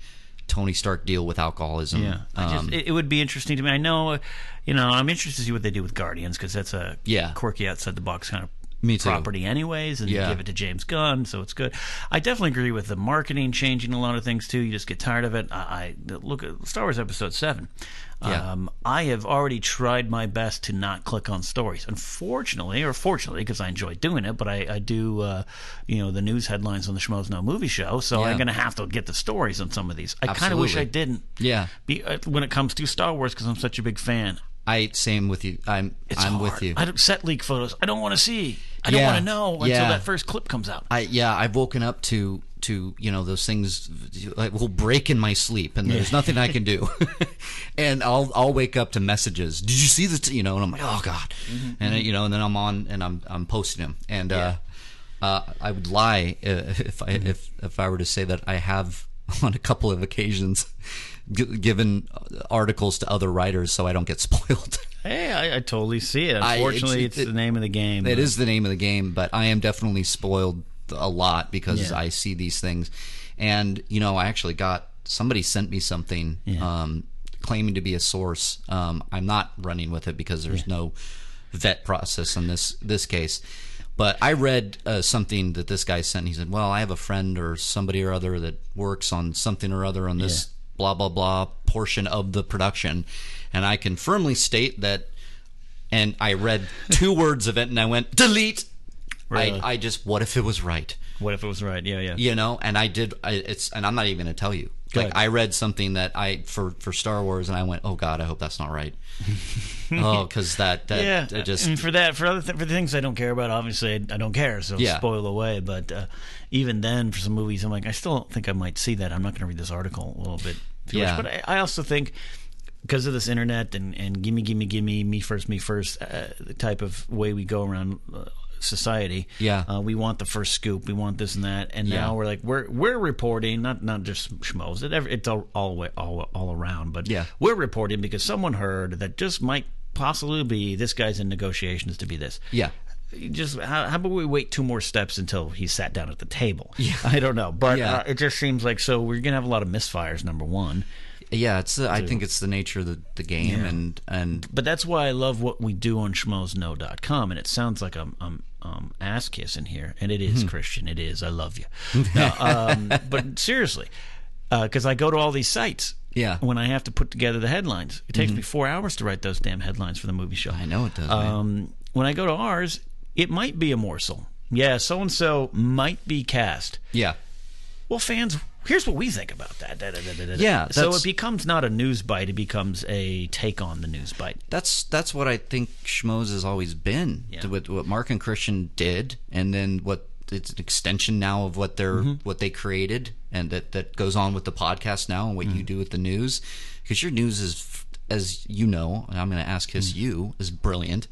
Tony Stark deal with alcoholism.
Yeah, I just,
Um,
it, it would be interesting to me. I know, uh, you know, I'm interested to see what they do with Guardians because that's a
Yeah.
quirky, outside the box kind of
Me too.
property, anyways. And you
Yeah.
give it to James Gunn, so it's good. I definitely agree with the marketing changing a lot of things too. You just get tired of it. I, I look at Star Wars Episode Seven.
Yeah.
Um, I have already tried my best to not click on stories. Unfortunately, or fortunately, because I enjoy doing it, but I, I do, uh, you know, the news headlines on the Schmoes No Movie Show, so I'm
Yeah.
going to have to get the stories on some of these. I kind of wish
Absolutely.
I didn't
yeah.
be, uh, when it comes to Star Wars because I'm such a big fan.
I same with you. I'm
It's
I'm with
hard.
you.
I don't, set leak photos. I don't want to see. I don't
Yeah.
want to know until
Yeah.
that first clip comes out.
I yeah, I've woken up to to you know those things like will break in my sleep, and there's nothing I can do, and I'll I'll wake up to messages. Did you see the t-? you know? And I'm like, oh god, and uh, you know, and then I'm on and I'm I'm posting them, and uh, uh, I would lie uh, if I if if I were to say that I have on a couple of occasions, g- given articles to other writers, so I don't get spoiled.
Hey, I, I totally see it.
I- it's-
Unfortunately, it's,
it-
the name of the game.
It is the name of the game, but I am definitely spoiled a lot because
Yeah.
I see these things. And, you know, I actually got somebody sent me something um, claiming to be a source. Um, I'm not running with it because there's no vet process in this this case. But I read uh, something that this guy sent. He said, "Well, I have a friend or somebody or other that works on something or other on this blah blah blah portion of the production," and I can firmly state that and I read two words of it and I went, delete.
Really?
I, I just, what if it was right?
What if it was right? Yeah, yeah.
You know, and I did, I, it's, and I'm not even going to tell you. Like,
Good.
I read something that I, for, for Star Wars, and I went, oh God, I hope that's not right. oh, because that, that,
yeah, Mm.
that just,
and for that, for other th- for the things I don't care about, obviously I, I don't care, so
Yeah.
spoil away. But uh, even then, for some movies, I'm like, I still don't think I might see that. I'm not going to read this article a little bit. too much.
Yeah.
but I, I also think because of this internet and and gimme, gimme, gimme, me first, me first uh, the type of way we go around. Uh, society
Yeah.
uh, we want the first scoop we want this and that and now
Yeah.
we're like we're we're reporting not not just schmoes it, ev- it's all all, way- all all around but
Yeah.
we're reporting because someone heard that just might possibly be this guy's in negotiations to be this.
yeah.
Just how, how about we wait two more steps until he sat down at the table? Yeah. I don't know, but
Yeah.
uh, it just seems like so we're gonna have a lot of misfires. Number one,
Yeah. It's, the, I think it's the nature of the, the game and, and
but that's why I love what we do on schmoesno.com. And it sounds like I'm, I'm, um, ass kissing here. And it
Hmm.
is, Christian. It is. I love you. No, um, but seriously, because I go to all these sites
Yeah. Mm-hmm.
when I have to put together the headlines. It takes me four hours to write those damn headlines for the movie show.
I know it does. man.
Um, when I go to ours, it might be a morsel. Yeah, so and so might be cast.
Yeah.
Well, fans, here's what we think about that. Da, da, da, da, da.
Yeah,
so
that's-
it becomes not a news bite; it becomes a take on the news bite.
that's that's what I think Schmoes has always been.
Yeah.
What, what Mark and Christian did, and then what it's an extension now of what they're
Mm-hmm.
what they created, and that that goes on with the podcast now and what
Mm.
you do with the news, because your news is, as you know, and I'm going to ask
Mm.
his you is brilliant.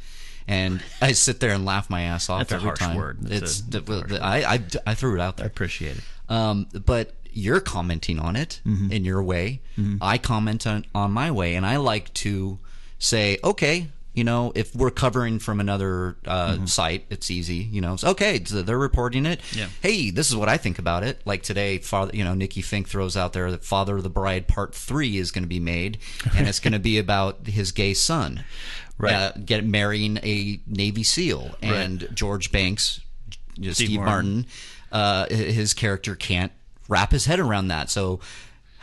And I sit there and laugh my ass off
That's a
every
harsh
time.
word. That's
It's
a-
the, the- I, I I threw it out there.
Appreciate it.
Um, but you're commenting on it in your way. I comment on, on my way, and I like to say, okay, you know, if we're covering from another uh, site, it's easy. You know, it's okay, so they're reporting it.
Yeah.
Hey, this is what I think about it. Like today, father, you know, Nikki Fink throws out there that Father of the Bride Part Three is going to be made, and it's going to be about his gay son,
Right.
Uh, get marrying a Navy SEAL and George Banks. you know, Steve, Martin, uh, hi- his character can't wrap his head around that. So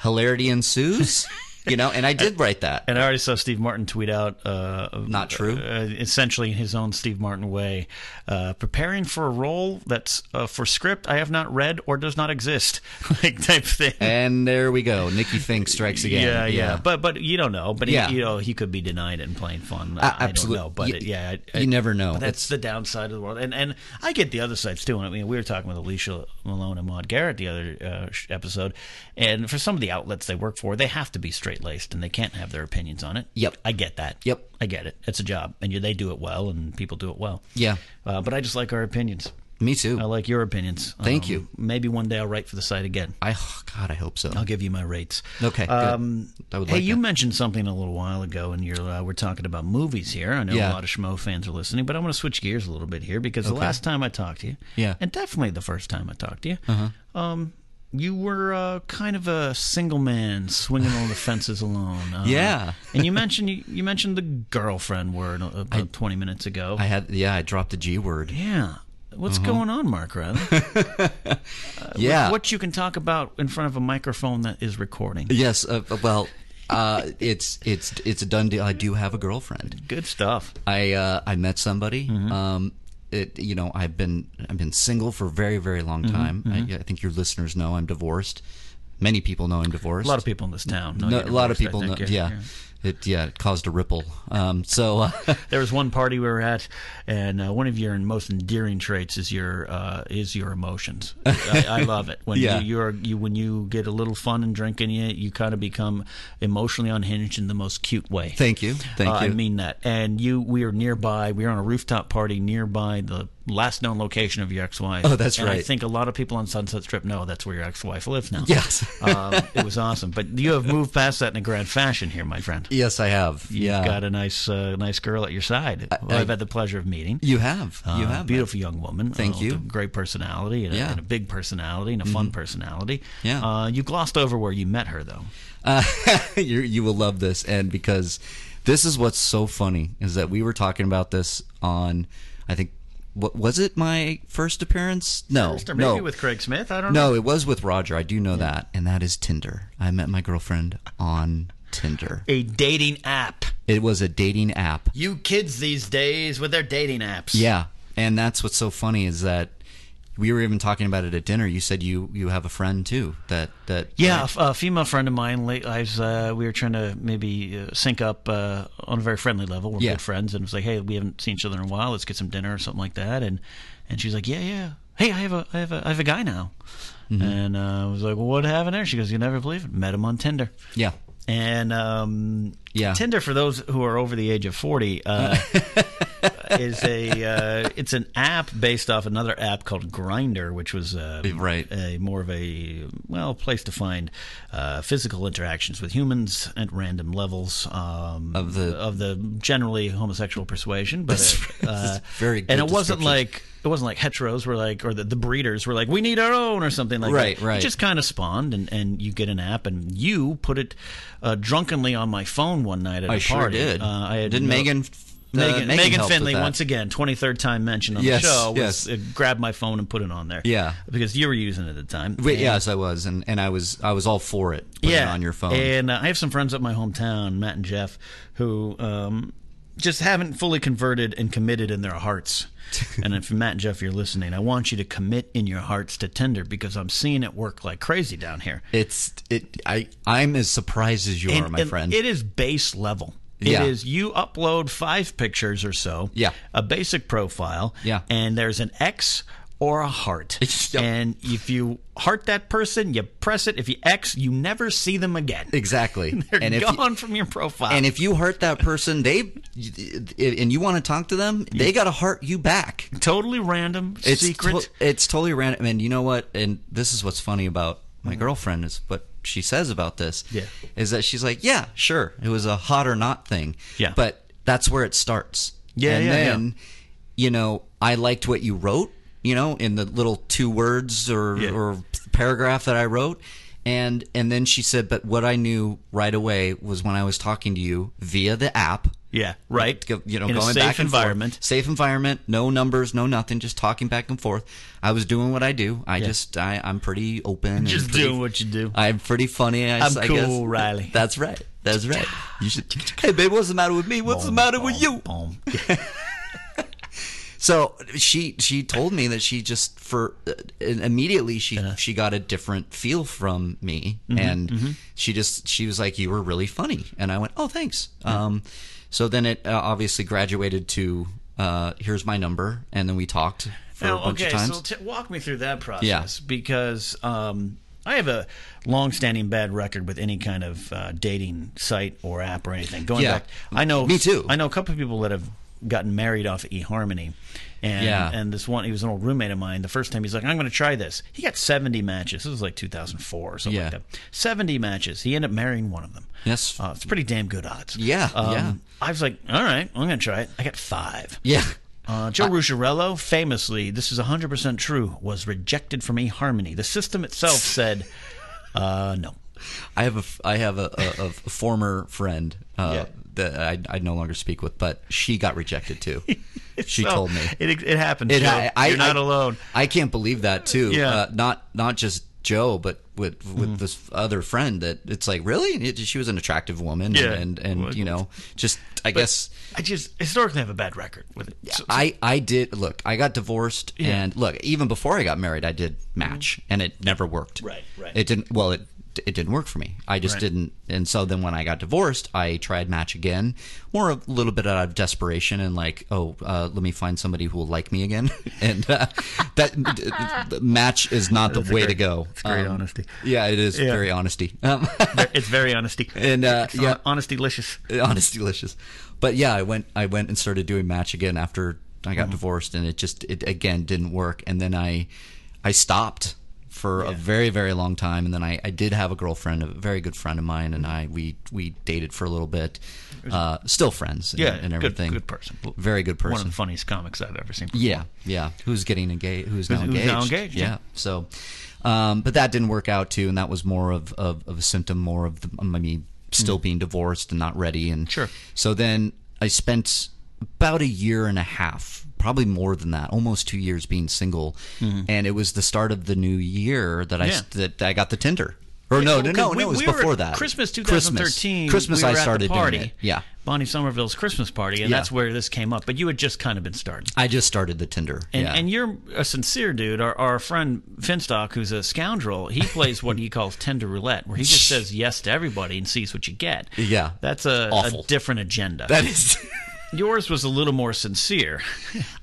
hilarity ensues, you know. And I did write that.
And I already saw Steve Martin tweet out. Uh,
Not true.
Uh, essentially, in his own Steve Martin way, uh, preparing for a role that's uh, for script I have not read or does not exist, like type thing.
And there we go. Nikki Fink strikes again.
Yeah, yeah, but but you don't know. But he-
Yeah.
you know, he could be denied it and playing fun.
A-
I don't
absolute-
know. But
you-
it, yeah, it-
you
it-
never know.
but
It's-
That's the downside of the world. And and I get the other sides too. I mean, we were talking with Alicia Malone and Maud Garrett the other uh, sh- episode, and for some of the outlets they work for, they have to be straight laced and they can't have their opinions on it.
Yep.
I get that.
Yep.
I get it. It's a job, and you, they do it well, and people do it well.
Yeah.
uh, but I just like our opinions.
me too.
I like your opinions. Um,
Thank you.
Maybe one day I'll write for the site again.
I oh, God, I hope so.
I'll give you my rates.
Okay, good.
Um,
I would
hey,
like
you
that.
mentioned something a little while ago, and you're uh, we're talking about movies here. I know a
Yeah.
lot of schmo fans are listening, but I want to switch gears a little bit here because the last time I talked to you,
Yeah. Uh-huh.
and definitely the first time I talked to you, um, you were uh, kind of a single man swinging on the fences alone. Uh,
Yeah.
and you mentioned you, you mentioned the girlfriend word uh, about 20 minutes ago.
I had yeah, I dropped the G word.
yeah. What's going on, Mark Riley?
yeah.
What you can talk about in front of a microphone that is recording.
Yes. Uh, well, uh, it's it's it's a done deal. I do have a girlfriend.
Good stuff.
I uh, I met somebody.
Mm-hmm.
Um, it, you know, I've been I've been single for a very very long
Mm-hmm,
time. I, I think your listeners know I'm divorced. Many people know I'm divorced.
A lot of people in this town. know
No,
you're
a lot of
divorced,
people
I
know.
think.
Yeah, it yeah it caused a ripple. Um, so uh,
There was one party we were at, and uh, one of your most endearing traits is your uh, is your emotions. I, I love it when
Yeah.
you you're, you when you get a little fun and drinking, you you kind of become emotionally unhinged in the most cute way.
thank you, thank
Uh,
you.
I mean that. And you, we are nearby. We are on a rooftop party nearby the last known location of your ex-wife.
Oh, that's
And I
right.
think a lot of people on Sunset Strip know that's where your ex-wife lives now.
Yes.
um, it was awesome, but you have moved past that in a grand fashion here, my friend.
Yes, I have.
You've
yeah.
got a nice, uh, nice girl at your side. who
I-
I've had the pleasure of meeting.
You have. you
Uh,
have.
beautiful young woman.
Thank
uh,
you.
With a great personality and, a,
Yeah. Mm-hmm.
and a big personality and a fun personality.
Yeah.
Uh, you glossed over where you met her though.
Uh, you you will love this, and because this is what's so funny is that we were talking about this on, I think, what was it my first appearance? No,
Or
Oh, no,
maybe with Craig Smith. I don't know.
no, it was with Roger. I do know that, and that is Tinder. I met my girlfriend on Tinder.
A dating app.
It was a dating app.
You kids these days with their dating apps.
Yeah, and that's what's so funny is that we were even talking about it at dinner. You said you you have a friend too that that
Yeah, a f- a female friend of mine. Late, I was, uh, we were trying to maybe uh, sync up uh, on a very friendly level. We're
Yeah.
good friends, and it was like, "Hey, we haven't seen each other in a while. Let's get some dinner or something like that." And and she's like, "Yeah, yeah. Hey, I have a, I have a, I have a guy now." And uh, I was like, "Well, what happened there?" She goes, "You never believe it. Met him on Tinder."
yeah
And um,
Yeah.
Tinder for those who are over the age of forty uh, is a uh, it's an app based off another app called Grinder, which was uh,
Right.
a more of a well place to find uh, physical interactions with humans at random levels um,
Of the-
of the generally homosexual persuasion, but it, uh,
very good
and it wasn't
description.
like. It wasn't like heteros were like, or the, the breeders were like, we need our own or something like
Right,
that. It
right.
just kind of spawned, and, and you get an app, and you put it uh, drunkenly on my phone one night at a
I sure
party.
did.
Uh, I had
didn't
no-
Megan. uh,
Megan,
Megan,
Megan
helped with
Finley
that.
once again, twenty third time mentioned on
Yes,
the show. Was,
yes.
uh, grabbed my phone and put it on there.
Yeah.
because you were using it at the time.
Wait,
And-
yes, I was, and, and I was I was all for it. Put it on your phone.
And uh, I have some friends up my hometown, Matt and Jeff, who um, just haven't fully converted and committed in their hearts. and if Matt and Jeff, you're listening, I want you to commit in your hearts to Tinder because I'm seeing it work like crazy down here.
it's it. I I'm as surprised as you are,
And-
my
and
friend.
It is base level. It is
Yeah.
you upload five pictures or so.
Yeah.
A basic profile.
Yeah.
And there's an X or a heart.
Yep.
And if you heart that person, you press it. If you X, you never see them again.
exactly.
They're
and if you-
gone from your profile.
and if you hurt that person, they and you want to talk to them, they got to hurt you back.
totally random,
It's
secret.
to- it's totally random. And you know what? And this is what's funny about my girlfriend is what she says about this.
Mm-hmm. Yeah.
Is that she's like, yeah, sure, it was a hot or not thing.
Yeah.
But that's where it starts.
Yeah,
And
yeah, yeah.
then, you know, I liked what you wrote. You know, in the little two words or
Yeah.
or paragraph that I wrote. And and then she said, but what I knew right away was when I was talking to you via the app
yeah, right.
go- you know,
In a
going
safe
back and
environment.
forth. safe environment, no numbers, no nothing, just talking back and forth. I was doing what I do. I just, I, I'm pretty open. and
Just
pretty-
doing what you do.
I'm pretty funny. I,
I'm
I
cool,
guess.
Riley.
That's right. That's right. You should. Hey, babe, what's the matter with me? What's the matter with you?
Boom.
So she she told me that she just for uh, immediately she she got a different feel from me, and she just she was like, "You were really funny," and I went, "Oh, thanks." Um, so then it uh, obviously graduated to uh, here's my number, and then we talked for
Now,
a bunch
Oh, okay,
of times.
so t- walk me through that process
Yeah.
because um, I have a long-standing bad record with any kind of uh, dating site or app or anything. Going
Yeah.
back, I know
Me too.
I know a couple of people that have gotten married off of eHarmony. And,
Yeah.
and this one, he was an old roommate of mine. The first time he's like, I'm going to try this. He got 70 matches. This was like 2004 or something
Yeah.
like that. 70 matches. He ended up marrying one of them.
Yes.
Uh, it's pretty damn good odds. Um,
Yeah, yeah.
I was like, all right, I'm going to try it. I got five.
yeah,
Uh, Joe Rusciarello, famously, this is 100% true, was rejected from eHarmony. The system itself said, uh, no.
I have a f- I have a, a, a former friend
Yeah.
uh, that I, I no longer speak with, but she got rejected too. she
So,
told me.
It, it happened.
It-
Joe.
I- I-
You're not
I-
alone.
I can't believe that too.
Yeah. Hmm.
Uh, not not just Joe, but with with this other friend that it's like really It- she was an attractive woman.
Yeah.
And and,
Well,
you know just I guess
I just historically have a bad record with it. So-
I I did look I got divorced and look even before I got married I did match and it never worked.
Mm-hmm. Right, right.
It didn't. Well it. It didn't work for me. I just
Right.
didn't, and so then when I got divorced, I tried match again, more a little bit out of desperation and like, oh, uh, let me find somebody who will like me again, and uh, that d- d- match is not the way to go. Um, It's
great honesty.
Yeah, it is very honesty. Um,
it's very honesty.
and uh,
It's
yeah,
honesty licious.
honest delicious but yeah i went i went and started doing match again after I
Mm-hmm.
got divorced, and it just it again didn't work. And then I I stopped for a very very long time, and then I, I did have a girlfriend, a very good friend of mine, and I we we dated for a little bit, uh, still friends, and,
Yeah,
and
good-
everything.
good person.
very good person.
One of the funniest comics I've ever seen.
Yeah, yeah. Who's getting engaged? Who's now
who's
engaged?
now engaged, yeah.
Yeah. So, um, but that didn't work out too, and that was more of of, of a symptom, more of the, I mean, still being divorced and not ready, and
Mm. Sure.
So then I spent about a year and a half, probably more than that, almost two years being single, and it was the start of the new year that I s-
Mm-hmm. Yeah.
that I got the Tinder. Or no, no, no,
we,
no, it was
we were
before
at
that.
Christmas
Christmas.
2013.
Christmas,
we were
I
at the
started
party,
doing it. Yeah.
Bonnie Somerville's Christmas party, and
Yeah.
that's where this came up. But you had just kind of been starting.
I just started the Tinder.
And,
yeah.
and you're a sincere dude. Our, our friend Finstock, who's a scoundrel, he plays what he calls tender roulette, where he just says yes to everybody and sees what you get.
Yeah.
That's a, a
Awful.
different agenda.
that is
Yours was a little more sincere.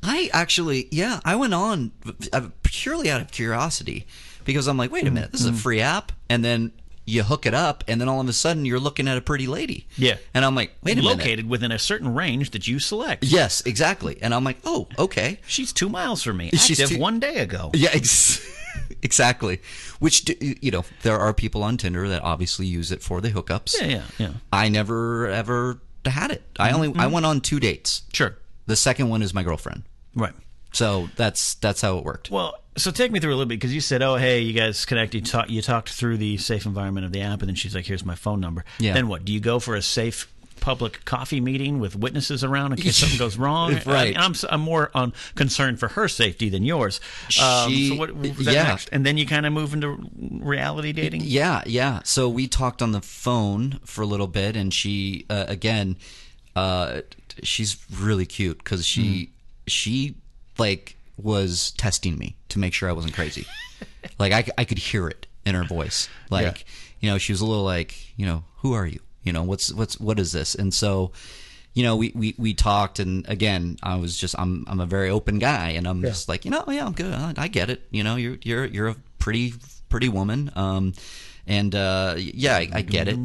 I actually, yeah, I went on uh, purely out of curiosity because I'm like, wait a minute, this is
Mm-hmm.
a free app, and then you hook it up, and then all of a sudden you're looking at a pretty lady.
Yeah.
and I'm like, wait a minute.
Located within a certain range that you select.
Yes, exactly. And I'm like, oh, okay.
She's two miles from me.
She's
Active
two-
one day ago.
Yeah, ex- exactly. Which do, you know, there are people on Tinder that obviously use it for the hookups.
Yeah, yeah, yeah. Mm-hmm.
I never ever had it. I only I went on two dates.
Sure.
The second one is my girlfriend.
Right.
So that's that's how it worked.
Well, so take me through a little bit because you said, "Oh, hey, you guys connect. You, talk, you talked through the safe environment of the app, and then she's like, "Here's my phone number."
Yeah.
Then what? Do you go for a safe public coffee meeting with witnesses around in case something goes wrong?
Right.
I, I'm, s- I'm more on concerned for her safety than yours. Um,
She-
so what, was that
yeah.
next? And then you kind of move into reality dating.
Yeah, yeah. So we talked on the phone for a little bit, and she uh, again, uh, she's really cute because she she like was testing me to make sure I wasn't crazy. like I, c- I could hear it in her voice. Like you know, she was a little like you know, who are you? You know, what's what's what is this? And so. You know, we, we, we talked, and again, I was just I'm I'm a very open guy, and I'm just like, you know, yeah, I'm good. I, I get it. You know, you're you're you're a pretty pretty woman. Um, and uh, yeah, I, I get it.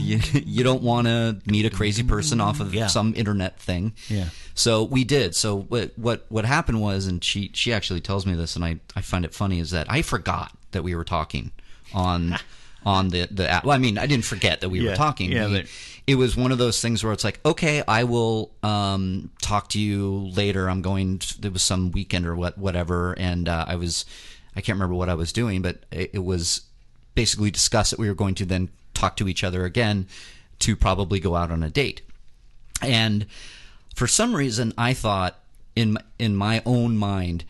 You, you don't want to meet a crazy person off of
Yeah.
some internet thing.
Yeah.
So we did. So what what what happened was, and she she actually tells me this, and I I find it funny is that I forgot that we were talking on. On the the app. Well, I mean, I didn't forget that we
Yeah.
were talking.
Yeah,
We-
but-
it was one of those things where it's like, okay, I will um, talk to you later. I'm going. It was some weekend or what, whatever, and uh, I was, I can't remember what I was doing, but it, it was basically discussed that we were going to then talk to each other again to probably go out on a date. And for some reason, I thought in m- in my own mind,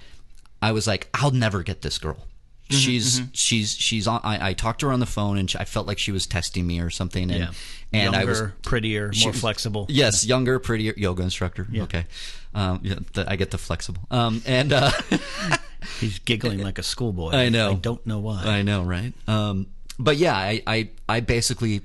I was like, I'll never get this girl. She's she's she's on. I, I talked to her on the phone, and she, I felt like she was testing me or something. And and
Younger,
I was
prettier, more flexible.
yes, younger, prettier yoga instructor. Okay, um, yeah, th- I get the flexible. Um, and uh,
He's giggling like a schoolboy.
I know.
I don't know why.
I know, right? Um, but yeah, I, I, I basically,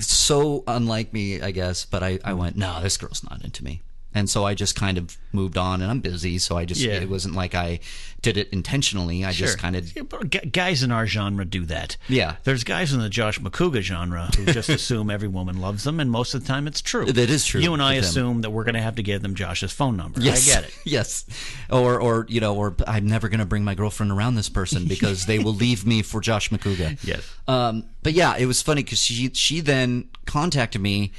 so unlike me, I guess, but I, I went, no, this girl's not into me. And so I just kind of moved on and I'm busy. So I just,
Yeah.
it wasn't like I did it intentionally. I just kind of,
Yeah, but gu- guys in our genre do that.
Yeah.
there's guys in the Josh McCouga genre who just assume every woman loves them, and most of the time it's true.
That is true
You and I
with them.
assume that we're going to have to give them Josh's phone number.
Yes.
I get it.
yes. Or, or, you know, or I'm never going to bring my girlfriend around this person because they will leave me for Josh McCouga.
Yes.
Um, but yeah, it was funny because she, she then contacted me,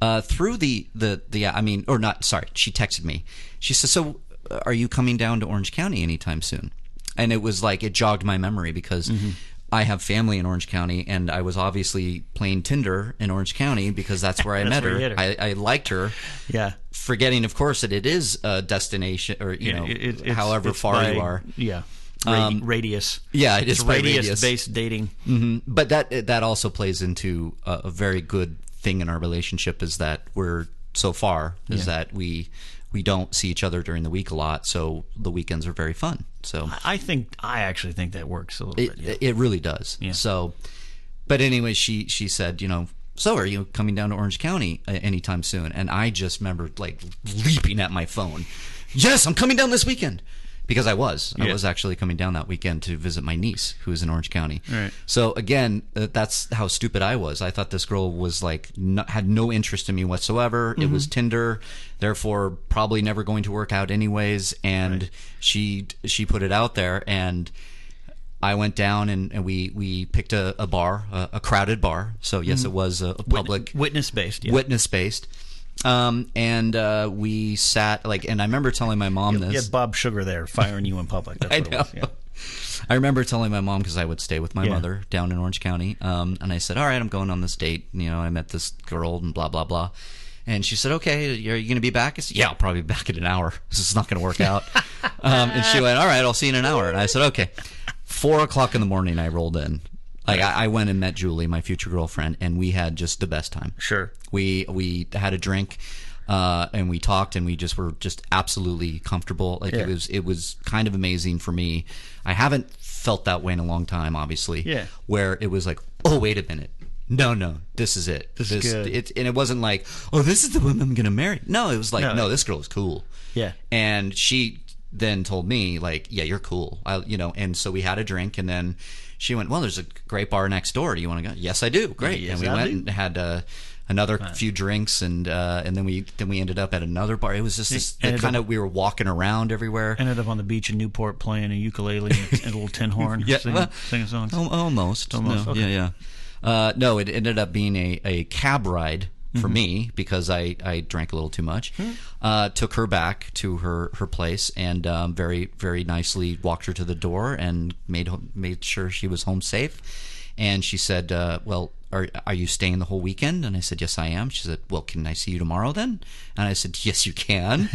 uh, through the, the, the, I mean, or not, sorry, she texted me. She says, so uh, are you coming down to Orange County anytime soon? And it was like, it jogged my memory because
Mm-hmm.
I have family in Orange County and I was obviously playing Tinder in Orange County because that's where I met
where
her.
you hit her.
I, I liked her
Yeah.
forgetting, of course, that it is a destination, or you know,
It- it- it's-
however
it's
far
by-
you are. Um,
Yeah. Ra- radius.
Yeah, it is
It's
by
radius,
radius.
based dating.
But that that also plays into a, a very good thing in our relationship is that we're so far is that we we don't see each other during the week a lot, so the weekends are very fun. So
I think I actually think that works a little
it,
bit. Yeah.
it really does. So, but anyway, she she said, you know. So are you coming down to Orange County uh, anytime soon? And I just remember like leaping at my phone. Yes, I'm coming down this weekend because I was. I
Yeah.
was actually coming down that weekend to visit my niece, who is in Orange County.
Right.
So again, uh, that's how stupid I was. I thought this girl was like no, had no interest in me whatsoever.
Mm-hmm.
It was Tinder, therefore probably never going to work out anyways. And she she put it out there, and I went down and, and we we picked a, a bar, a, a crowded bar. So yes, it was a, a public
Witness based. Mm-hmm. Yeah.
witness based. Um, and uh, we sat like, and I remember telling my mom
yeah,
this.
Bob Sugar there firing you in public. That's
I
what it
know.
was. Yeah.
I remember telling my mom because I would stay with my
Yeah.
mother down in Orange County, um, and I said, "All right, I'm going on this date. You know, I met this girl and blah blah blah." And she said, "Okay, are you going to be back?" I said, "Yeah, I'll probably be back in an hour. This is not going to work out." um, and she went, "All right, I'll see you in an hour." And I said, "Okay." Four o'clock in the morning, I rolled in. Like I, I went and met Julie, my future girlfriend, and we had just the best time.
Sure.
We we had a drink, uh, and we talked, and we just were just absolutely comfortable. Like it was it was kind of amazing for me. I haven't felt that way in a long time, obviously.
Yeah.
Where it was like, oh wait a minute. No, no, this is it. This,
is good.
It, and it wasn't like, oh, this is the woman I'm gonna marry. No, it was like,
No.
no, this girl is cool.
Yeah.
And she then told me like, yeah, you're cool. I, you know. And so we had a drink, and then she went, well, there's a great bar next door. Do you want to go? Yes, I do. Great.
Yes,
and we
I
went
do.
and had uh, another few drinks, and uh, and then we then we ended up at another bar. It was just this
ended
kind of we were walking around everywhere.
Ended up on the beach in Newport playing a ukulele and a- and a little tin horn,
Yeah, Oh,
singing,
well,
singing songs.
Al- almost.
Almost,
No,
okay.
Yeah, yeah. Uh, no, it ended up being a, a cab ride for
Mm-hmm.
me because I, I drank a little too much.
Hmm.
Uh, took her back to her, her place and um, very very nicely walked her to the door and made ho- made sure she was home safe. And she said, uh, "Well, are are you staying the whole weekend?" And I said, "Yes, I am." She said, "Well, can I see you tomorrow then?" And I said, "Yes, you can."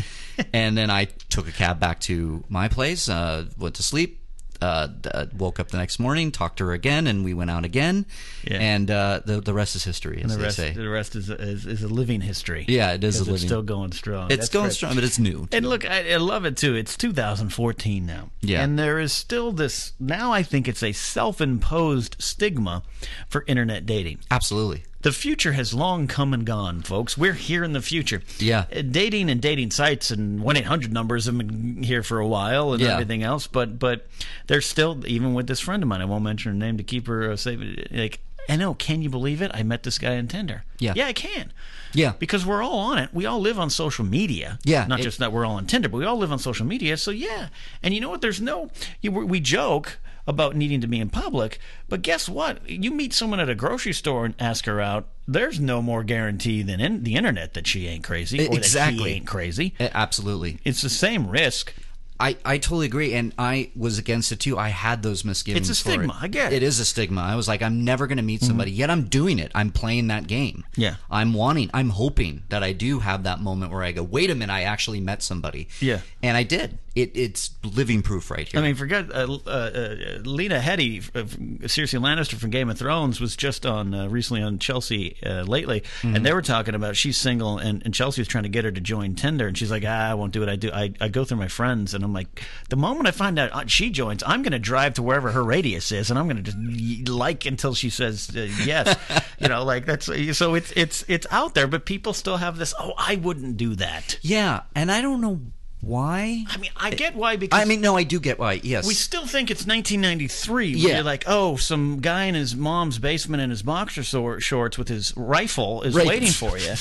and then I took a cab back to my place, uh, went to sleep, uh, d- uh, woke up the next morning, talked to her again, and we went out again.
Yeah.
And uh, the the rest is history, as
the
they
rest,
say.
the rest is, is is a living history.
Yeah, it is
'Cause
a
It's
living-
still going strong.
it's
That's
going
great.
strong, but it's new.
And look, I, I love it too. It's 2014 now.
Yeah.
And there is still this, now I think it's a self imposed stigma for internet dating.
Absolutely.
The future has long come and gone, folks. We're here in the future.
Yeah.
Uh, Dating and dating sites and 1 800 numbers have been here for a while and
Yeah.
everything else, but but there's still, even with this friend of mine, I won't mention her name to keep her uh, safe. Like, I know, can you believe it? I met this guy on Tinder.
Yeah.
Yeah, I can
Yeah.
because we're all on it. We all live on social media.
Yeah,
not
it-
just that we're all on Tinder, but we all live on social media. So yeah, and you know what? There's no you, we we joke about needing to be in public, but guess what? You meet someone at a grocery store and ask her out. There's no more guarantee than in the internet that she ain't crazy or that
E, exactly.
he ain't crazy.
A- Absolutely.
It's the same risk.
I, I totally agree, and I was against it too. I had those misgivings.
It's a
for
stigma. I get it. Mm-hmm.
It is a stigma. I was like, I'm never going to meet somebody, yet I'm doing it. I'm playing that game.
Yeah.
I'm wanting. I'm hoping that I do have that moment where I go, wait a minute, I actually met somebody.
Yeah.
and I did. It, it's living proof right here.
I mean, forget uh, uh, uh, Lena Headey, uh, Cersei Lannister from Game of Thrones, was just on uh, recently on Chelsea uh, lately, and they were talking about she's single, and, and Chelsea was trying to get her to join Tinder, and she's like, ah, I won't do it. I do. I, I go through my friends, and I'm like, the moment I find out uh, she joins, I'm going to drive to wherever her radius is, and I'm going to just y- like until she says uh, yes. you know, like that's uh, so it's it's it's out there, but people still have this. Oh, I wouldn't do that.
yeah, and I don't know why.
I mean, I get why because
I mean, no, I do get why. Yes,
we still think it's 1993. Where
Yeah.
You're like, oh, some guy in his mom's basement in his boxer sor- shorts with his rifle is
Right.
waiting for you.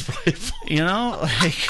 you know, like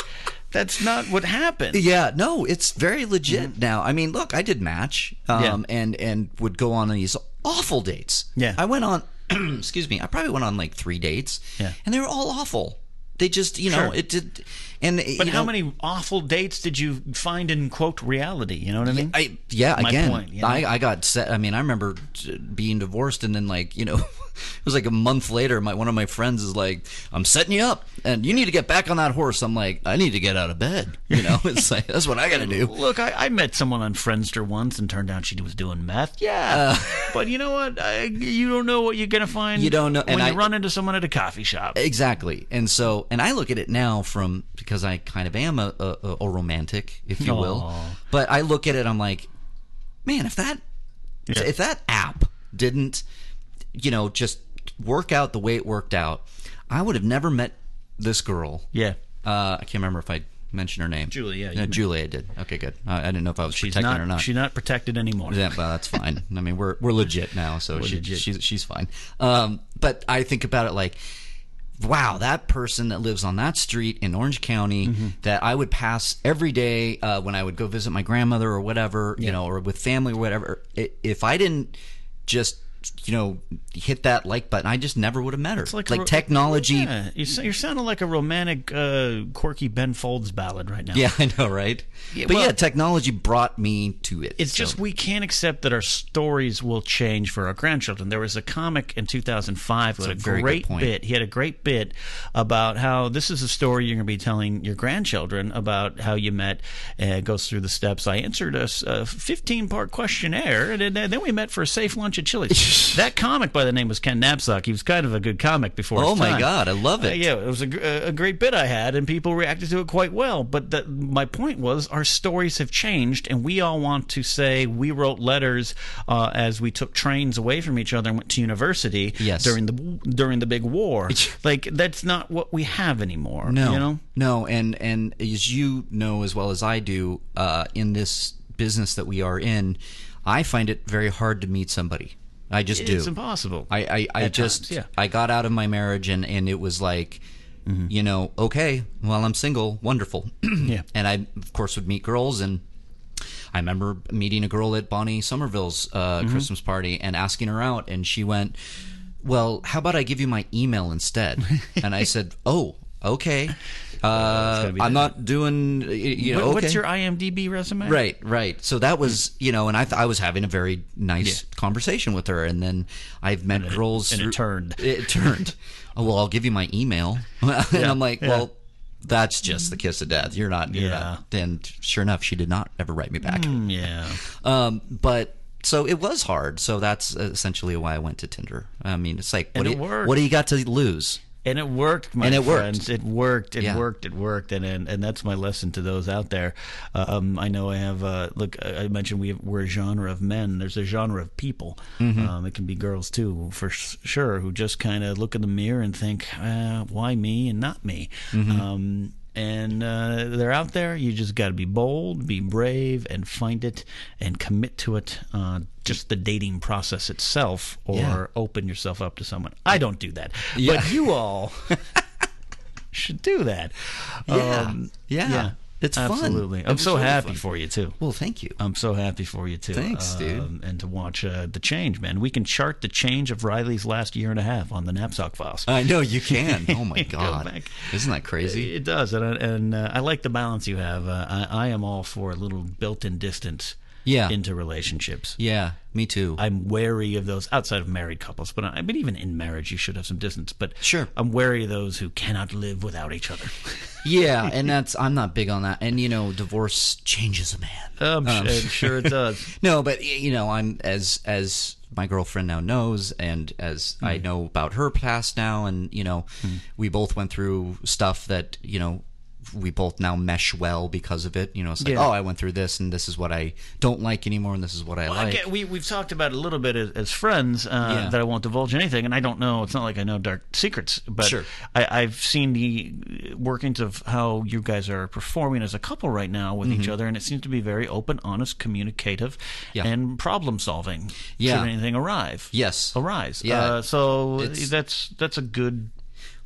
that's not what happened.
Yeah, no, it's very legit
Mm.
now. I mean, look, I did match, um, and and would go on these awful dates.
Yeah.
I went on. excuse me, I probably went on like three dates.
Yeah.
and they were all awful. They just, you know,
Sure.
it did. And it-
But
you
how
know,
many awful dates did you find in quote reality? You know what I mean?
I yeah
My
again.
point, you know?
I I got set. I mean, I remember t- being divorced, and then like you know, it was like a month later. My one of my friends is like, "I'm setting you up, and you need to get back on that horse." I'm like, "I need to get out of bed." You know, it's like that's what I got to do.
Look, I, I met someone on Friendster once and turned out she was doing meth. Yeah, but you know what? I, you don't know what you're gonna find.
Uh. You don't know-
when
and
you
I-
run into someone at a coffee shop.
Exactly. And so, and I look at it now from because I kind of am a, a, a romantic, if you will.
Aw.
But I look at it, I'm like, man, if that if that app didn't, you know, just work out the way it worked out, I would have never met this girl.
yeah,
Uh, I can't remember if I mention her name?
Julie, yeah, you
No,
men-
Julie, I did. Okay, good. I, I didn't know if I was
She's
protecting
not,
her or not.
She's not protected anymore.
Yeah, well, that's fine. I mean, we're we're legit now, so she,
legit.
she's she's fine. Um, but I think about it like, wow, that person that lives on that street in Orange County
Mm-hmm.
that I would pass every day uh, when I would go visit my grandmother or whatever, you know, or with family or whatever. i- If I didn't just you know hit that like button, I just never would have met her.
like
like
a ro-
technology. Yeah.
Yeah, you sa- you're sounding like a romantic, uh, quirky Ben Folds ballad right now.
I know, right? but
well-
yeah, technology brought me to it.
It's just we can't accept that our stories will change for our grandchildren. There was a comic in 2005 with a,
a very good
great
point.
bit. He had a great bit about how this is a story you're going to be telling your grandchildren about how you met. And it goes through the steps. I answered a 15 part questionnaire, and then then we met for a safe lunch at Chili's. that comic by the name was Ken Knapsack. He was kind of a good comic before.
Oh
his
my
time.
God, I love
Uh,
it.
yeah, it was a, gr- a great bit I had, and people reacted to it quite well. But the, my point was, our stories have changed, and we all want to say we wrote letters uh, as we took trains away from each other and went to university
Yes.
during the during the big war. like that's not what we have anymore.
No,
you know.
no, and and as you know as well as I do, uh, in this business that we are in, I find it very hard to meet somebody. I just do.
It's impossible.
I I, I
At
just
times, yeah.
I got out of my marriage and and it was like. You know, okay, well, I'm single, wonderful.
Mm-hmm. Yeah.
And I, of course, would meet girls. And I remember meeting a girl at Bonnie Somerville's uh,
Mm-hmm.
Christmas party and asking her out. And she went, Well, how about I give you my email instead? and I said, Oh, okay. Uh,
be
I'm not doing, y- you know,
What-
okay.
What's your IMDb resume?
Right, right. So that was, you know, and I, th- I was having a very nice conversation with her, and then I've met girls.
and it
through-
turned.
It turned. oh, well, I'll give you my email, and I'm like, well, that's just the kiss of death. You're not. You're
Yeah. Hmm.
Not. And sure enough, she did not ever write me back.
Yeah.
Um, but so it was hard. So that's essentially why I went to Tinder. I mean, it's like, what
And
do
it
you,
worked.
what do you got to lose?
And it worked, my
And it worked.
friends. It worked. It
Yeah.
worked. It worked. And, and and that's my lesson to those out there. Um, I know I have. Uh, look, I I mentioned we have, we're a genre of men. There's a genre of people.
Mm-hmm.
Um, it can be girls too, for s- sure, who just kind of look in the mirror and think, uh, "Why me and not me?"
Mm-hmm.
Um, and uh, they're out there. You just got to be bold, be brave, and find it and commit to it. Uh, just the dating process itself, or
Yeah.
open yourself up to someone. I don't do that,
Yeah.
but you all should do that. Um,
yeah. It's fun.
absolutely.
It
I'm
was
so
really
happy
fun.
for you too.
Well, thank you.
I'm so happy for you too.
Thanks, dude.
And to watch uh, the change, man. We can chart the change of Riley's last year and a half on the Knapsack files.
I know you can. Oh my
Go
god,
back.
isn't that crazy?
It does, and I, and uh, I like the balance you have. Uh, I, I am all for a little built-in distance
Yeah.
into relationships.
Yeah, me too.
I'm wary of those outside of married couples, but I, but even in marriage, you should have some distance. But
Sure.
I'm wary of those who cannot live without each other.
yeah, and that's I'm not big on that. And you know, divorce changes a man.
I'm,
Um,
su- I'm Um, sure it does.
No, but y- you know, I'm as as my girlfriend now knows, and as
Mm.
I know about her past now, and you know, we both went through stuff that you know we both now mesh well because of it. You know, it's like,
Yeah.
oh, I went through this, and this is what I don't like anymore, and this is what I
I
like.
get, we we've talked about it a little bit as, as friends uh,
Yeah.
that I won't divulge anything, and I don't know. It's not like I know dark secrets, but
Sure.
I, I've seen the workings of how you guys are performing as a couple right now with each other, and it seems to be very open, honest, communicative,
Mm-hmm. Yeah.
and problem solving.
Yeah.
should anything arrive,
Yes.
arise.
Yeah.
uh, so
It's-
that's that's a good.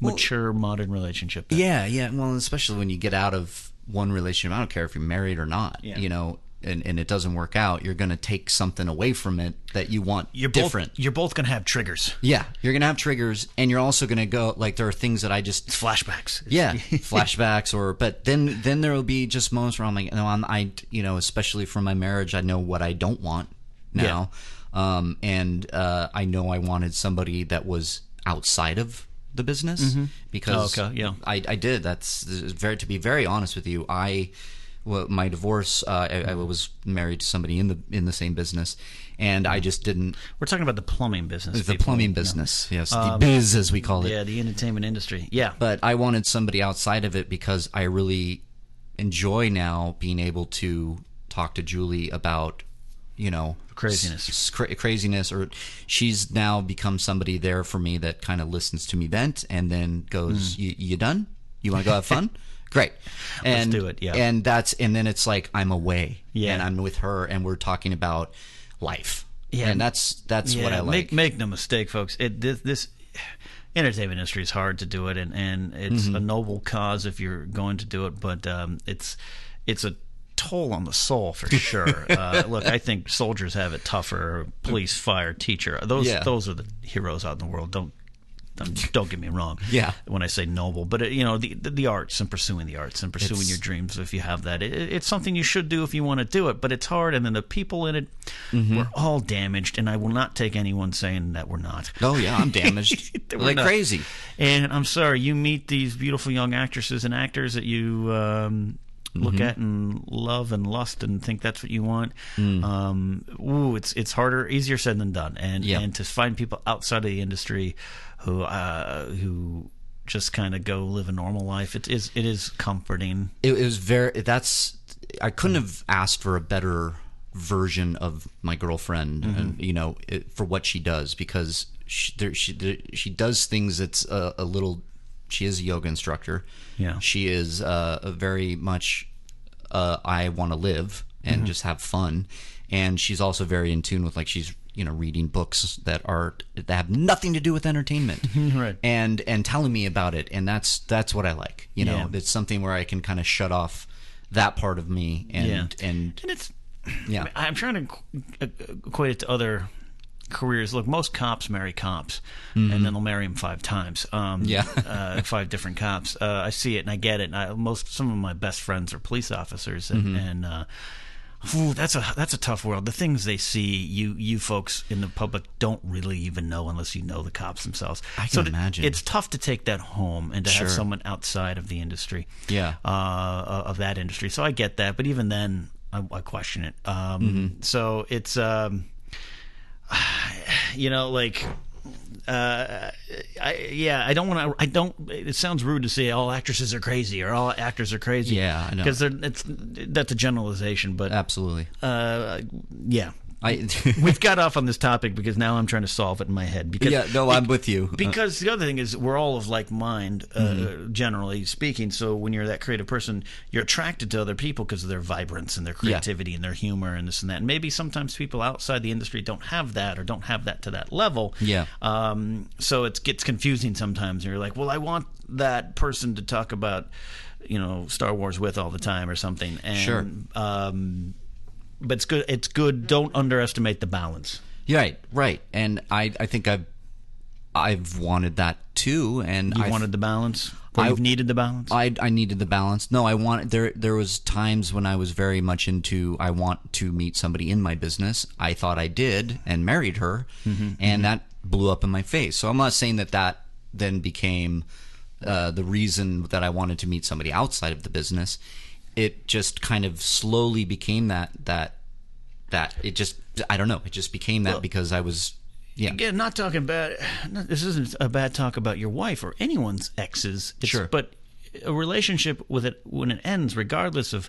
Mature modern relationship. then.
Yeah, yeah. Well, especially when you get out of one relationship, I don't care if you're married or not. You know, and, and it doesn't work out, you're going to take something away from it that you want
You're
different.
Both, you're both gonna have triggers,
yeah, you're going to have triggers, and you're also going to go like there are things that I just
flashbacks.
yeah flashbacks or but then then there will be just moments where I'm like no I'm I you know especially for my marriage I know what I don't want now, um and uh, I know I wanted somebody that was outside of the business because
Mm-hmm. Oh, Okay, yeah.
I, I did. That's this is very to be very honest with you. I well, my divorce. Uh, I, I was married to somebody in the in the same business, and I just didn't.
We're talking about the plumbing business.
The
people. Um,
plumbing business, yes, the biz as we call it.
Yeah, the entertainment industry. Yeah.
But I wanted somebody outside of it because I really enjoy now being able to talk to Julie about you know
Craziness.
s- cra- craziness or she's now become somebody
Hmm.
there for me that kind of listens to me vent and then goes you, you done you want to go have fun Great. And,
do it, yeah.
And that's and then it's like I'm away.
Yeah.
And I'm with her and we're talking about life.
Yeah.
And that's that's
yeah,
what I like.
Make make no mistake, folks. It this, this entertainment industry is hard to do it, and and it's
Mm-hmm.
a noble cause if you're going to do it, but um, it's it's a toll on the soul for sure. uh, look, I think soldiers have it tougher. Police, fire, teacher. Those
Yeah.
those are the heroes out in the world. Don't. don't- Don't get me wrong.
Yeah.
When I say noble, but uh, you know the, the the arts and pursuing the arts and pursuing your dreams. If you have that, it, it's something you should do if you want to do it. But it's hard, and then the people in it, we're all damaged. And I will not take anyone saying that we're not.
oh yeah, I'm damaged.
We're
like
not.
crazy.
And I'm sorry, you meet these beautiful young actresses and actors that you um, look at and love and lust and think that's what you want. Um, ooh, it's it's harder, easier said than done. And
Yeah.
and to find people outside of the industry who uh, who just kind of go live a normal life, it is it is comforting.
It, it was very that's I couldn't have asked for a better version of my girlfriend
Mm-hmm.
and you know it, for what she does because she there, she there, she does things that's a, a little she is a yoga instructor.
Yeah.
She is uh, a very much uh, I want to live and
Mm-hmm.
just have fun. And she's also very in tune with like she's you know reading books that are that have nothing to do with entertainment,
Right.
And and telling me about it, and that's that's what I like. You know, it's something where I can kind of shut off that part of me, and
Yeah.
and
And it's
yeah,
I'm trying to equ- e-, equate it to other careers. Look, most cops marry cops, and then they'll marry them five times. Um,
Mm-hmm. Yeah.
uh, five different cops. Uh, I see it and I get it. And I, most some of my best friends are police officers, and,
Mm-hmm.
and uh, Ooh, that's a that's a tough world. The things they see, you you folks in the public don't really even know unless you know the cops themselves. I
can imagine.
It's tough to take that home and to have someone outside of the industry,
Yeah.
uh, of that industry. So I get that, but even then, I, I question it. Um,
Mm-hmm.
So it's um, you know like. Uh, I yeah, I don't want to. I don't. It sounds rude to say all actresses are crazy or all actors are crazy.
Yeah, I know.
because it's that's a generalization, but
absolutely.
uh, yeah.
I
We've got off on this topic because now I'm trying to solve it in my head. Because
yeah, no, I'm with you.
because the other thing is we're all of like mind, uh,
Mm-hmm.
generally speaking. So when you're that creative person, you're attracted to other people because of their vibrance and their creativity and their humor and this and that. And maybe sometimes people outside the industry don't have that or don't have that to that level.
Yeah.
Um, so it gets confusing sometimes. You're like, well, I want that person to talk about, you know, Star Wars with all the time or something. And,
Sure.
Um, but it's good. It's good. Don't underestimate the balance.
Yeah, right, right. And I I think I've I've wanted that too, and
You
I
wanted the balance. Or you've needed the balance.
I, I needed the balance. No, I want there. There was times when I was very much into. I want to meet somebody in my business. I thought I did, and married her, and that blew up in my face. So I'm not saying that that then became uh, the reason that I wanted to meet somebody outside of the business. It just kind of slowly became that that that it just I don't know. It just became that because I was yeah
Again, not talking bad. Not, this isn't a bad talk about your wife or anyone's exes. It's,
Sure.
but a relationship with it when it ends, regardless of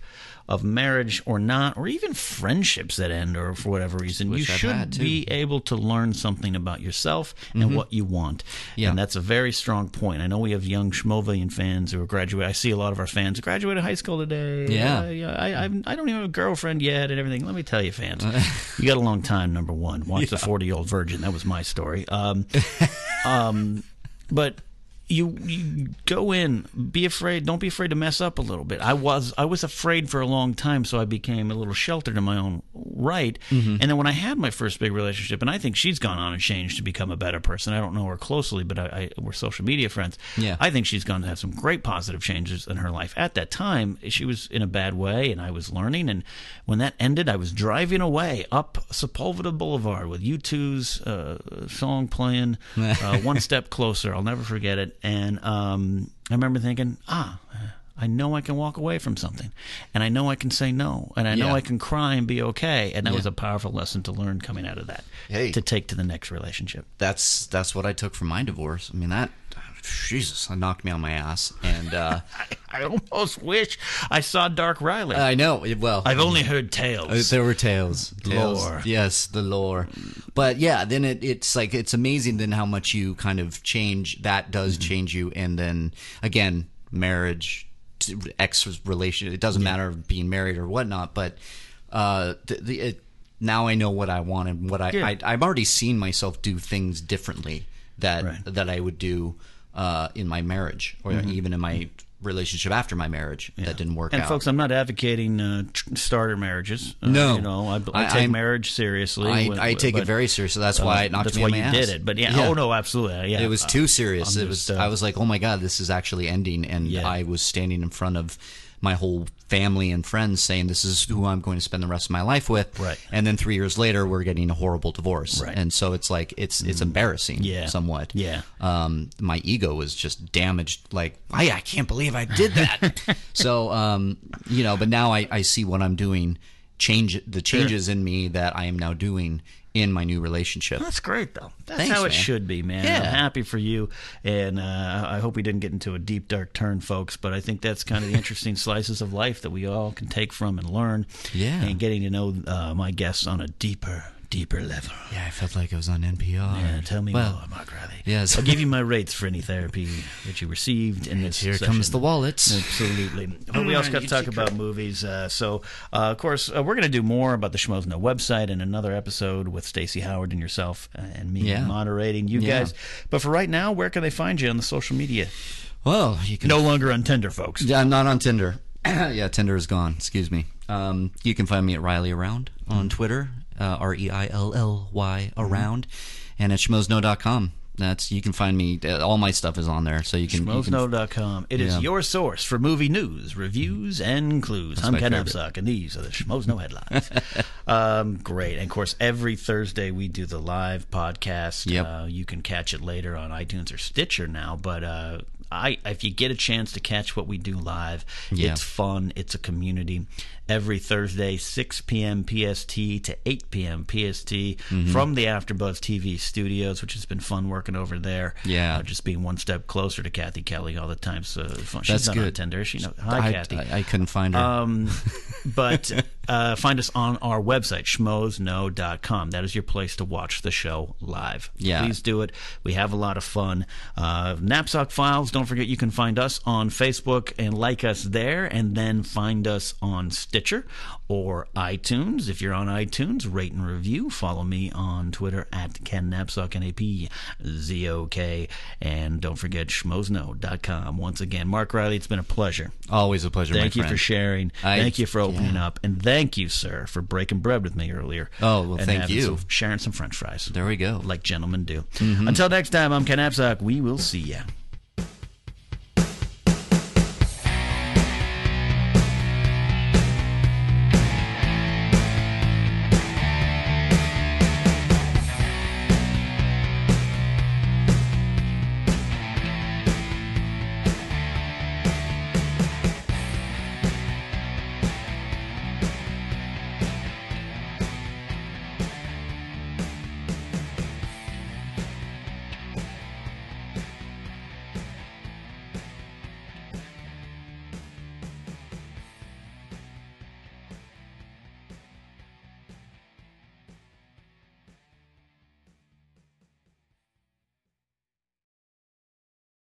of marriage or not, or even friendships that end, or for whatever reason,
Which
you
I've
should
had, too.
be able to learn something about yourself and what you want.
Yeah.
and that's a very strong point. I know we have young Schmovillian fans who are graduating. I see a lot of our fans graduated high school today.
Yeah.
Uh, yeah. I, I'm, I don't even have a girlfriend yet and everything. Let me tell you, fans, you got a long time. Number one, watch the forty year old virgin. That was my story. Um, um, but you you go in, be afraid. Don't be afraid to mess up a little bit. I was I was afraid for a long time, so I became a little sheltered in my own right.
Mm-hmm.
And then when I had my first big relationship, and I think she's gone on and changed to become a better person. I don't know her closely, but I, I we're social media friends.
Yeah.
I think she's going to have some great positive changes in her life. At that time, she was in a bad way, and I was learning. And when that ended, I was driving away up Sepulveda Boulevard with U2's uh, song playing, uh, One Step Closer. I'll never forget it. And um, I remember thinking, ah, I know I can walk away from something, and I know I can say no, and I know
Yeah.
I can cry and be okay. And that was a powerful lesson to learn coming out of that
Hey.
to take to the next relationship.
that's that's what I took from my divorce. I mean that Jesus, that knocked me on my ass, and uh,
I almost wish I saw Dark Riley.
I know. it- Well,
I've only heard tales.
there were tales, tales.
Lore.
Yes, the lore. But yeah, then it, it's like it's amazing then how
Mm-hmm.
much you kind of change. That does change you, and then again, marriage, t- ex relation. It doesn't matter being married or whatnot, but uh, the, the it, now I know what I want and what I,
Yeah.
I I've already seen myself do things differently that
Right. Mm-hmm.
that I would do uh, in my marriage or even in my relationship after my marriage that didn't work
And
out.
folks, I'm not advocating uh, tr- starter marriages. Uh,
No.
you know, I, I
I-
take
I'm-
marriage seriously.
I,
Wh-
I
wh-
take
but,
it very seriously. That's why it knocked
That's
me
why
in
you
my ass.
did it. But yeah, oh no, absolutely. Yeah,
It was
Uh,
too serious.
I'm
it was.
just, uh,
I was like, "Oh my god, this is actually ending," and
Yeah.
I was standing in front of my whole family and friends, saying, "This is who I'm going to spend the rest of my life with."
Right.
And then three years later, we're getting a horrible divorce,
Right. Mm.
and so it's like it's it's embarrassing,
Yeah.
somewhat.
Yeah.
Um, my ego was just damaged. Like, I I can't believe I did that. so, um, you know, but now I I see what I'm doing. Change the changes in me that I am now doing in my new relationship.
That's great, though. That's
Thanks,
how it
man.
should be, man. I'm
Yeah.
happy for you, and uh, I hope we didn't get into a deep, dark turn, folks. But I think that's kind of the interesting slices of life that we all can take from and learn.
Yeah.
and getting to know uh, my guests on a deeper, deeper level.
Yeah, I felt like I was on NPR.
Yeah, tell me
Well,
more, Mark Riley.
yes.
I'll give you my rates for any therapy that you received in this.
Here
session.
comes the wallets.
Absolutely. But we also got to talk about movies. Uh, so, uh, of course, uh, we're going to do more about the Schmoes No website in another episode with Stacey Howard and yourself uh, and me
Yeah.
moderating you
Yeah.
guys. But for right now, where can they find you on the social media?
Well, you can.
No longer on Tinder, folks.
Yeah, I'm not on Tinder. yeah, Tinder is gone. Excuse me. Um, you can find me at Riley Around on Twitter, uh, R E I L L Y Around, and at schmozno.com. That's you can find me. Uh, all my stuff is on there, so you can. you can-
Schmoesno.com. It is
Yeah.
your source for movie news, reviews, and clues. I'm
my
Ken
favorite.
Absock, and these are the Schmoes No headlines. um, great. And of course, every Thursday we do the live podcast.
Yep.
Uh, you can catch it later on iTunes or Stitcher now. But uh, I, if you get a chance to catch what we do live,
Yeah.
it's fun. It's a community. Every Thursday, 6 p.m. PST to 8 p.m. PST
Mm-hmm.
from the AfterBuzz TV studios, which has been fun working over there.
Yeah.
Uh, just being one step closer to Kathy Kelly all the time. So fun. she's
That's
not on
good.
Tinder. is She know. Hi,
I,
Kathy.
I, I couldn't find her.
um, but uh, find us on our website, schmoesno.com. That is your place to watch the show live.
Yeah.
Please do it. We have a lot of fun. Uh, Knapsack Files, don't forget you can find us on Facebook and like us there, and then find us on Stitcher or iTunes. If you're on iTunes, rate and review. Follow me on Twitter at Ken Knapsack, N A P Z O K. And don't forget schmoesno.com. Once again, Mark Riley, it's been a pleasure.
Always a pleasure.
Thank
my
you
friend.
for sharing.
I-
thank you for opening up, and thank you, sir, for breaking bread with me earlier.
Oh, well,
and
thank
having
you.
some- sharing some French fries,
There Mm-hmm. we go.
like gentlemen do. Until next time, I'm Ken Absock. We will see ya.